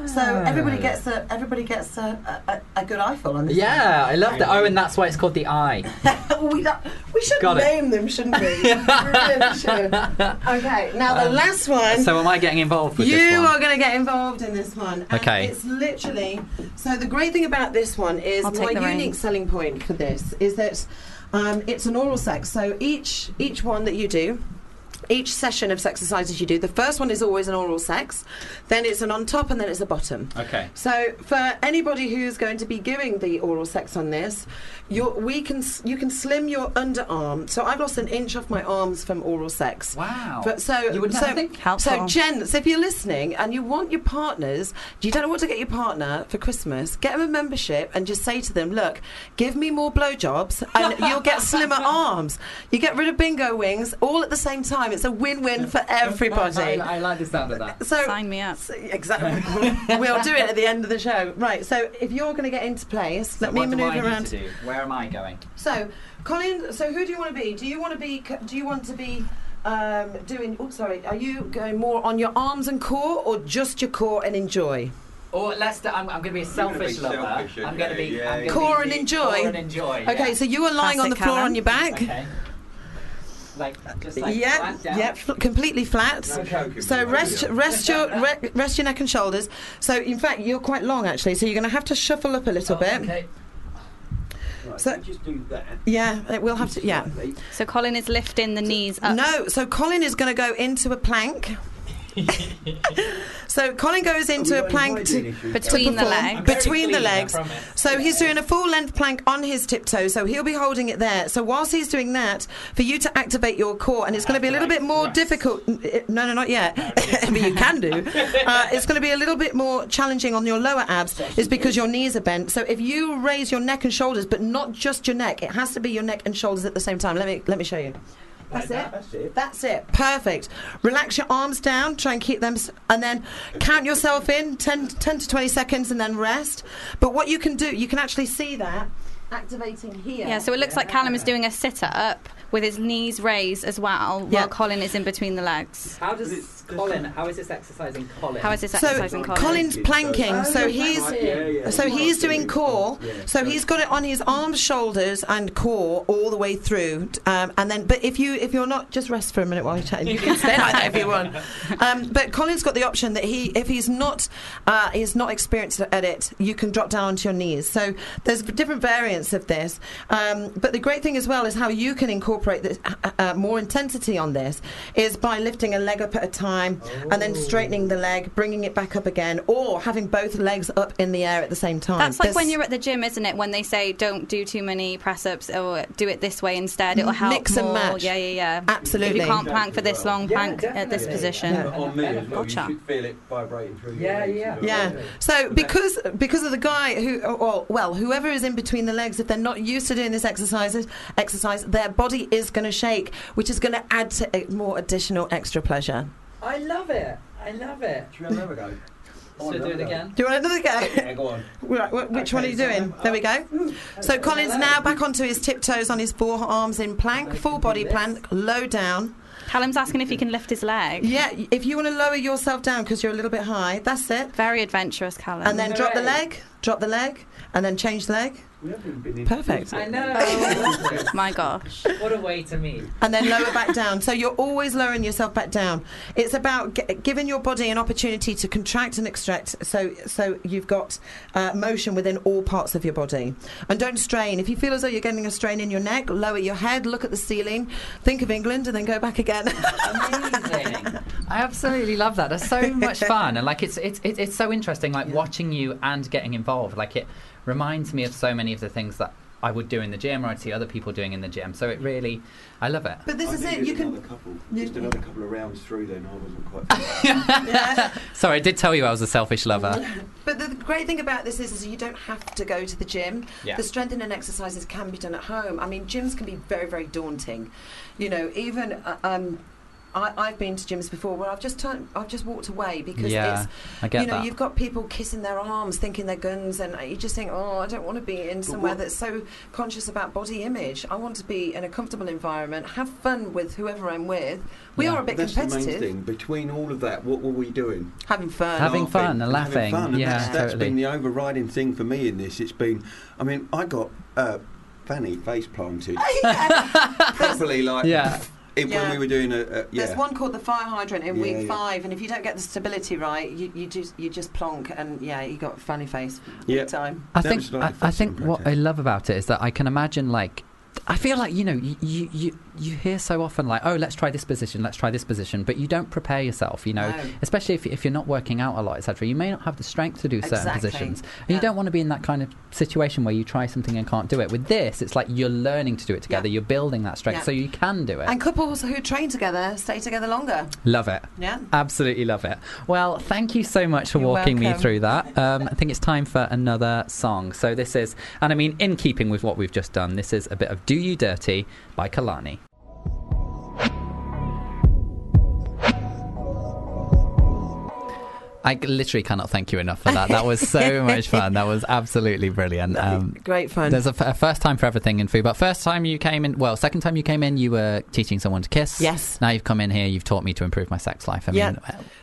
Speaker 4: So
Speaker 3: Ah.
Speaker 4: everybody gets a everybody gets a, a, a good eyeful on this.
Speaker 3: Yeah, I love that. Oh, and that's why it's called the eye.
Speaker 4: one. <laughs> we, don't- We should
Speaker 3: Got it.
Speaker 4: name them,
Speaker 3: <laughs>
Speaker 4: shouldn't we? we really should. Okay, now the
Speaker 3: Um,
Speaker 4: last one.
Speaker 3: So am I getting involved with
Speaker 4: you
Speaker 3: this one?
Speaker 4: are going to get involved in this one. And
Speaker 3: Okay.
Speaker 4: It's literally. So the great thing about this one is
Speaker 9: I'll
Speaker 4: my
Speaker 9: take the
Speaker 4: unique
Speaker 9: reins.
Speaker 4: selling point for this is that um, it's an oral sex. So each each one that you do. Each session of exercises you do, the first one is always an oral sex, then it's an on top, and then it's a bottom.
Speaker 3: Okay.
Speaker 4: So for anybody who's going to be doing the oral sex on this, you we can s- you can slim your underarm. So I've lost an inch off my arms from oral sex.
Speaker 3: Wow.
Speaker 4: But so
Speaker 3: You would
Speaker 4: so,
Speaker 3: never think.
Speaker 4: so
Speaker 3: Helpful.
Speaker 4: gents, if you're listening and you want your partners, you don't know what to get your partner for Christmas, get them a membership and just say to them, look, give me more blowjobs
Speaker 3: <laughs>
Speaker 4: and you'll get slimmer arms. You get rid of bingo wings all at the same time. It's a win-win for everybody.
Speaker 3: I, I like the sound of that.
Speaker 4: So sign me up. exactly. <laughs> we'll do it at the end of the show. Right. So if you're going to get into place, let me
Speaker 3: what do I
Speaker 4: maneuver
Speaker 3: need
Speaker 4: around.
Speaker 3: to do? Where am I going?
Speaker 4: So, Colin. So who do you want to be? Do you want to be? c- Do you want to be? Um, doing, oh, sorry, are you going more on your arms and core or just your core and enjoy?
Speaker 3: Or let's. do- I'm, I'm going to be a
Speaker 4: gonna be
Speaker 3: selfish lover.
Speaker 4: selfish,
Speaker 3: I'm going to be.
Speaker 4: okay,
Speaker 3: I'm
Speaker 4: yeah,
Speaker 3: gonna
Speaker 4: Core
Speaker 3: be
Speaker 4: and
Speaker 3: the-
Speaker 4: enjoy?
Speaker 3: Core and enjoy.
Speaker 4: Okay,
Speaker 3: yeah.
Speaker 4: so you are lying on the floor on your back.
Speaker 3: Okay. Like just like
Speaker 4: yeah,
Speaker 3: flat down.
Speaker 4: yeah, fl- completely flat.
Speaker 3: No joking,
Speaker 4: so
Speaker 3: boy.
Speaker 4: rest,
Speaker 3: Yeah.
Speaker 4: rest your re- rest your neck and shoulders. So in fact, you're quite long actually. So you're going to have to shuffle up a little bit.
Speaker 3: Okay.
Speaker 11: Right,
Speaker 4: So-
Speaker 11: so just do that.
Speaker 4: Yeah, it will have to. Yeah.
Speaker 12: So Colin is lifting the knees
Speaker 3: Uh,
Speaker 12: up.
Speaker 4: No, so Colin is going to go into
Speaker 3: <laughs>
Speaker 4: a plank. <laughs> so Colin goes into a plank to, to
Speaker 12: Between the
Speaker 4: perform-
Speaker 12: legs. I'm very
Speaker 4: Between the
Speaker 12: clean, I
Speaker 4: legs.
Speaker 12: promise.
Speaker 4: So he's doing a full length plank on his tiptoe. So he'll be holding it there. So whilst he's doing that, for you to activate your core, and it's going to be a little bit more difficult. eh, No, no, not yet. <laughs> but you can do.
Speaker 12: <laughs>
Speaker 4: Uh, it's going to be a little bit more challenging on your lower abs, is because your knees are bent. So if you raise your neck and shoulders, but not just your neck, it has to be your neck and shoulders at the same time. Let me let me show you. That's it. That's it. That's it. Perfect. Relax your arms down. Try and keep them, s- and then count yourself in 10, 10 to 20 seconds and then rest. But what you can do, you can actually see that activating here.
Speaker 12: Yeah, so it looks like Callum is doing a sitter up with his knees raised as well,
Speaker 4: Yeah.
Speaker 12: while Colin is in between the legs.
Speaker 3: How does this Colin? How is this exercising Colin?
Speaker 12: How is this
Speaker 4: So
Speaker 12: exercising Colin?
Speaker 4: Colin's planking, so he's so he's doing core. So he's got it on his arms, shoulders, and core all the way through. t- Um, and then, but if you if you're not, just rest for a minute while you're chatting. You can stay like that if you want. Um, but Colin's got the option that he if he's not uh, he's not experienced at it, you can drop down onto your knees. So there's different variants of this. Um, but the great thing as well is how you can incorporate this, uh, uh, more intensity on this is by lifting a leg up at a time and then straightening the leg, bringing it back up again, or having both legs up in the air at the same time.
Speaker 12: That's like
Speaker 4: There's-
Speaker 12: when you're at the gym, isn't it? When they say don't do too many press ups or do it this way instead, it'll help.
Speaker 4: Mm, Mix and
Speaker 12: more.
Speaker 4: match.
Speaker 12: Yeah, yeah, yeah.
Speaker 4: Absolutely.
Speaker 12: If you can't plank for this long, plank at this position.
Speaker 11: But on me as well.
Speaker 12: Gotcha.
Speaker 11: You should feel it vibrating through
Speaker 3: Yeah,
Speaker 11: your legs.
Speaker 3: yeah.
Speaker 4: Yeah. So because because of the guy who, or well, whoever is in between the legs, if they're not used to doing this exercises exercise, their body is going to shake, which is going to add to it more additional extra pleasure.
Speaker 3: I love it. I love it.
Speaker 4: Oh,
Speaker 11: Do you want another go?
Speaker 3: So do it again.
Speaker 4: Do you want another go? <laughs>
Speaker 11: Yeah, go on.
Speaker 4: Right, wh- which one are you doing? there we go. So Colin's now back onto his tiptoes on his forearms in plank, full body plank, low down.
Speaker 12: Callum's asking if he can lift his leg.
Speaker 4: Yeah, if you want to lower yourself down because you're a little bit high, that's it.
Speaker 12: Very adventurous, Callum.
Speaker 4: And then drop the leg, drop the leg, and then change the leg.
Speaker 11: We haven't been in-
Speaker 4: Perfect.
Speaker 3: I know.
Speaker 12: My gosh.
Speaker 3: what a way to meet.
Speaker 4: and then lower back down. So you're always lowering yourself back down. It's about g- giving your body an opportunity to contract and extract. So so you've got uh, motion within all parts of your body, and don't strain. If you feel as though you're getting a strain in your neck, lower your head, look at the ceiling, think of England, and then go back again. <laughs>
Speaker 3: I absolutely love that. That's so much fun, and like it's it's it's, it's so interesting. Like watching you and getting involved. Like it reminds me of so many of the things that I would do in the gym, or I'd see other people doing in the gym. So it really, I love it.
Speaker 4: but this
Speaker 11: I
Speaker 4: is
Speaker 11: think
Speaker 4: it. You
Speaker 11: there's
Speaker 4: can.
Speaker 11: another couple,
Speaker 4: you-
Speaker 11: just another couple of rounds through. Then I wasn't quite.
Speaker 3: Sorry, I did tell you I was a selfish lover.
Speaker 4: But the great thing about this is, is you don't have to go to the gym.
Speaker 3: Yeah.
Speaker 4: The strengthening exercises can be done at home. I mean, gyms can be very, very daunting. You know, even uh, um, I, I've been to gyms before where I've just turned, I've just walked away because
Speaker 3: yeah,
Speaker 4: it's.
Speaker 3: I get
Speaker 4: you know,
Speaker 3: that.
Speaker 4: you've got people kissing their arms, thinking they're guns, and you just think, oh, I don't want to be in somewhere
Speaker 11: what-
Speaker 4: that's so conscious about body image. I want to be in a comfortable environment, have fun with whoever I'm with. We
Speaker 3: Yeah.
Speaker 4: are a bit
Speaker 11: That's the main
Speaker 4: competitive.
Speaker 11: thing. Between all of that, what were we doing?
Speaker 4: Having fun.
Speaker 3: Having fun and laughing.
Speaker 11: having fun. And
Speaker 3: Yeah,
Speaker 11: that's, that's
Speaker 3: totally.
Speaker 11: been the overriding thing for me in this. It's been, I mean, I got uh, fanny
Speaker 4: <laughs>
Speaker 11: face planted. Properly,
Speaker 3: <laughs>
Speaker 11: like
Speaker 3: Yeah.
Speaker 11: it,
Speaker 4: Yeah.
Speaker 11: when we were doing a, a yeah.
Speaker 4: There's one called the fire hydrant in
Speaker 11: Yeah,
Speaker 4: week
Speaker 11: yeah.
Speaker 4: five, and if you don't get the stability right, you, you just you just plonk, and yeah, you got funny face.
Speaker 11: Yeah.
Speaker 4: time.
Speaker 3: I think I, I think what I love about it is that I can imagine like I feel like you know you, you you you hear so often like oh let's try this position let's try this position but you don't prepare yourself you know
Speaker 4: No.
Speaker 3: especially if if you're not working out a lot etc you may not have the strength to do certain
Speaker 4: Exactly.
Speaker 3: positions and you don't want to be in that kind of situation where you try something and can't do it with this it's like you're learning to do it together you're building that strength
Speaker 4: Yeah.
Speaker 3: so you can do it
Speaker 4: And couples who train together stay together longer.
Speaker 3: love it
Speaker 4: Yeah.
Speaker 3: Absolutely love it. Well, thank you so much for
Speaker 4: You're
Speaker 3: walking me
Speaker 4: welcome.
Speaker 3: through
Speaker 4: <laughs>
Speaker 3: that. Um, I think it's time for another song. So this is, and I mean, in keeping with what we've just done, this is a bit of "Do You Dirty" by Kalani. I literally cannot thank you enough for that. That was so
Speaker 4: <laughs>
Speaker 3: much fun. That was absolutely brilliant. Um,
Speaker 4: Great fun.
Speaker 3: there's a, f- a first time for everything in food, but first time you came in, well, second time you came in, you were teaching someone to kiss.
Speaker 4: Yes.
Speaker 3: Now you've come in here, you've taught me to improve my sex life. I mean,
Speaker 4: Yeah.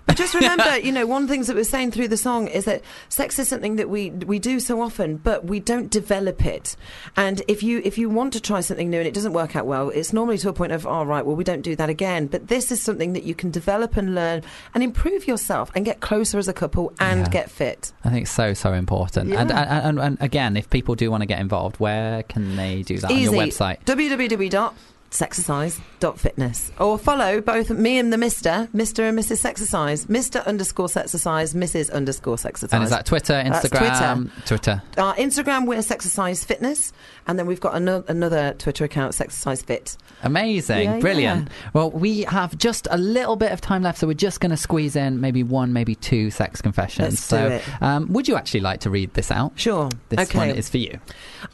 Speaker 4: But
Speaker 3: <laughs>
Speaker 4: just remember, you know, one of the things that we're saying through the song is that sex is something that we we do so often, but we don't develop it. And if you if you want to try something new and it doesn't work out well, it's normally to a point of, all right, well, we don't do that again. But this is something that you can develop and learn and improve yourself and get closer as a couple and
Speaker 3: Yeah.
Speaker 4: get fit.
Speaker 3: I think it's so so important. And,
Speaker 4: Yeah.
Speaker 3: and, and and again, if people do want to get involved, where can they do that on your website?
Speaker 4: www.sexercise.fitness or follow both me and the Mister, Mister and Mrs. Sexercise, Mister underscore Sexercise, Mrs. underscore Sexercise.
Speaker 3: And is that Twitter,
Speaker 4: That's Twitter.
Speaker 3: Instagram, Twitter?
Speaker 4: Our Instagram, we're Sexercise Fitness, and then we've got another, another Twitter account, Sexercise Fit.
Speaker 3: Amazing,
Speaker 4: Yeah,
Speaker 3: brilliant. Well, we have just a little bit of time left, so we're just going to squeeze in maybe one, maybe two sex confessions.
Speaker 4: Let's do
Speaker 3: so,
Speaker 4: it.
Speaker 3: Um, would you actually like to read this out?
Speaker 4: Sure.
Speaker 3: This
Speaker 4: Okay.
Speaker 3: one is for you.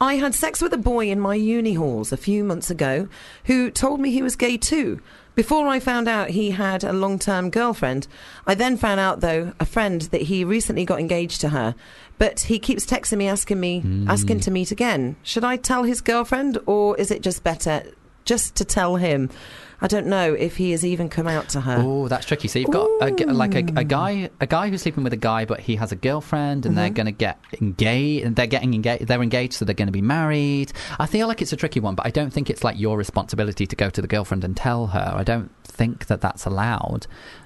Speaker 4: I had sex with a boy in my uni halls a few months ago who told me he was gay too. Before I found out he had a long term girlfriend, I then found out, though, a friend that he recently got engaged to her. But he keeps texting me, asking me,
Speaker 3: Hmm.
Speaker 4: asking to meet again. Should I tell his girlfriend, or is it just better just to tell him? I don't know if he has even come out to her.
Speaker 3: Oh, that's tricky. So you've got a g like a, a guy, a guy who's sleeping with a guy, but he has a girlfriend, and
Speaker 4: Mm-hmm.
Speaker 3: they're going to get engaged. And they're getting engaged. They're engaged, so they're going to be married. I feel like it's a tricky one, but I don't think it's like your responsibility to go to the girlfriend and tell her. I don't think that that's allowed.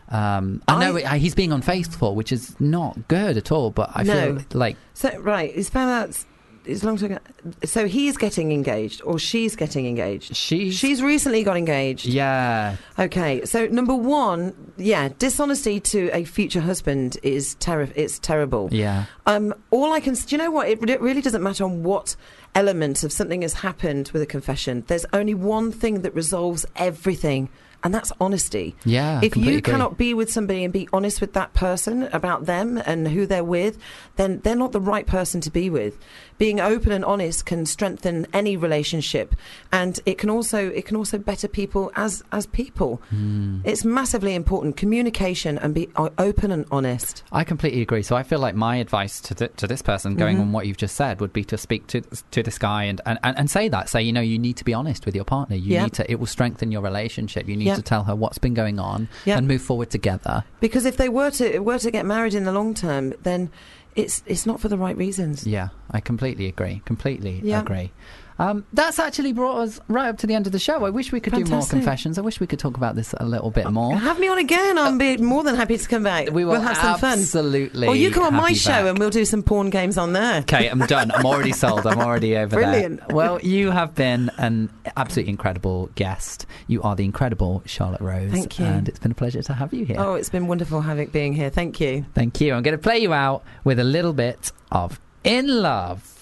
Speaker 3: Um, I, know it, he's being unfaithful, which is not good at all. But I
Speaker 4: No.
Speaker 3: feel like
Speaker 4: So right, he's found out. It's long time. So he's getting engaged, or she's getting engaged.
Speaker 3: She's
Speaker 4: she's recently got engaged.
Speaker 3: Yeah.
Speaker 4: Okay. So number one, yeah, dishonesty to a future husband is terrible. It's terrible.
Speaker 3: yeah.
Speaker 4: Um, all I can, do you know what? It, re- it really doesn't matter on what element of something has happened with a confession. There's only one thing that resolves everything, and that's honesty.
Speaker 3: Yeah,
Speaker 4: If
Speaker 3: completely
Speaker 4: you
Speaker 3: agree.
Speaker 4: cannot be with somebody and be honest with that person about them and who they're with, then they're not the right person to be with. Being open and honest can strengthen any relationship, and it can also it can also better people as as people.
Speaker 3: Hmm.
Speaker 4: It's massively important communication and be o- open and honest.
Speaker 3: I completely agree. So I feel like my advice to, th- to this person, going
Speaker 4: Mm-hmm.
Speaker 3: on what you've just said, would be to speak to to this guy and, and, and, and say that. Say, you know, you need to be honest with your partner. You
Speaker 4: Yeah.
Speaker 3: need to. It will strengthen your relationship. You need
Speaker 4: Yeah.
Speaker 3: to tell her what's been going on
Speaker 4: Yeah.
Speaker 3: and move forward together.
Speaker 4: Because if they were to were to get married in the long term, then it's it's not for the right reasons.
Speaker 3: Yeah, I completely agree. Completely
Speaker 4: Yeah.
Speaker 3: agree. Um, that's actually brought us right up to the end of the show. I wish we could do more
Speaker 4: Fantastic. Oh,
Speaker 3: confessions. I wish we could talk about this a little bit more.
Speaker 4: Have me on again. I'll be more than happy to come back. We
Speaker 3: will
Speaker 4: will have some fun.
Speaker 3: absolutely
Speaker 4: Or you come on
Speaker 3: have
Speaker 4: my
Speaker 3: you
Speaker 4: show
Speaker 3: back.
Speaker 4: and we'll do some porn games on there.
Speaker 3: Okay, I'm done. I'm already sold. I'm already over there.
Speaker 4: Brilliant.
Speaker 3: Well, you have been an absolutely incredible guest. You are the incredible Charlotte Rose.
Speaker 4: Thank you.
Speaker 3: And it's been a pleasure to have you here.
Speaker 4: Oh, it's been wonderful having being here. Thank you.
Speaker 3: Thank you. I'm going to play you out with a little bit of In Love.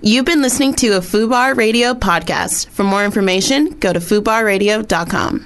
Speaker 1: You've been listening to a FUBAR Radio podcast. For more information, go to FUBARradio.com.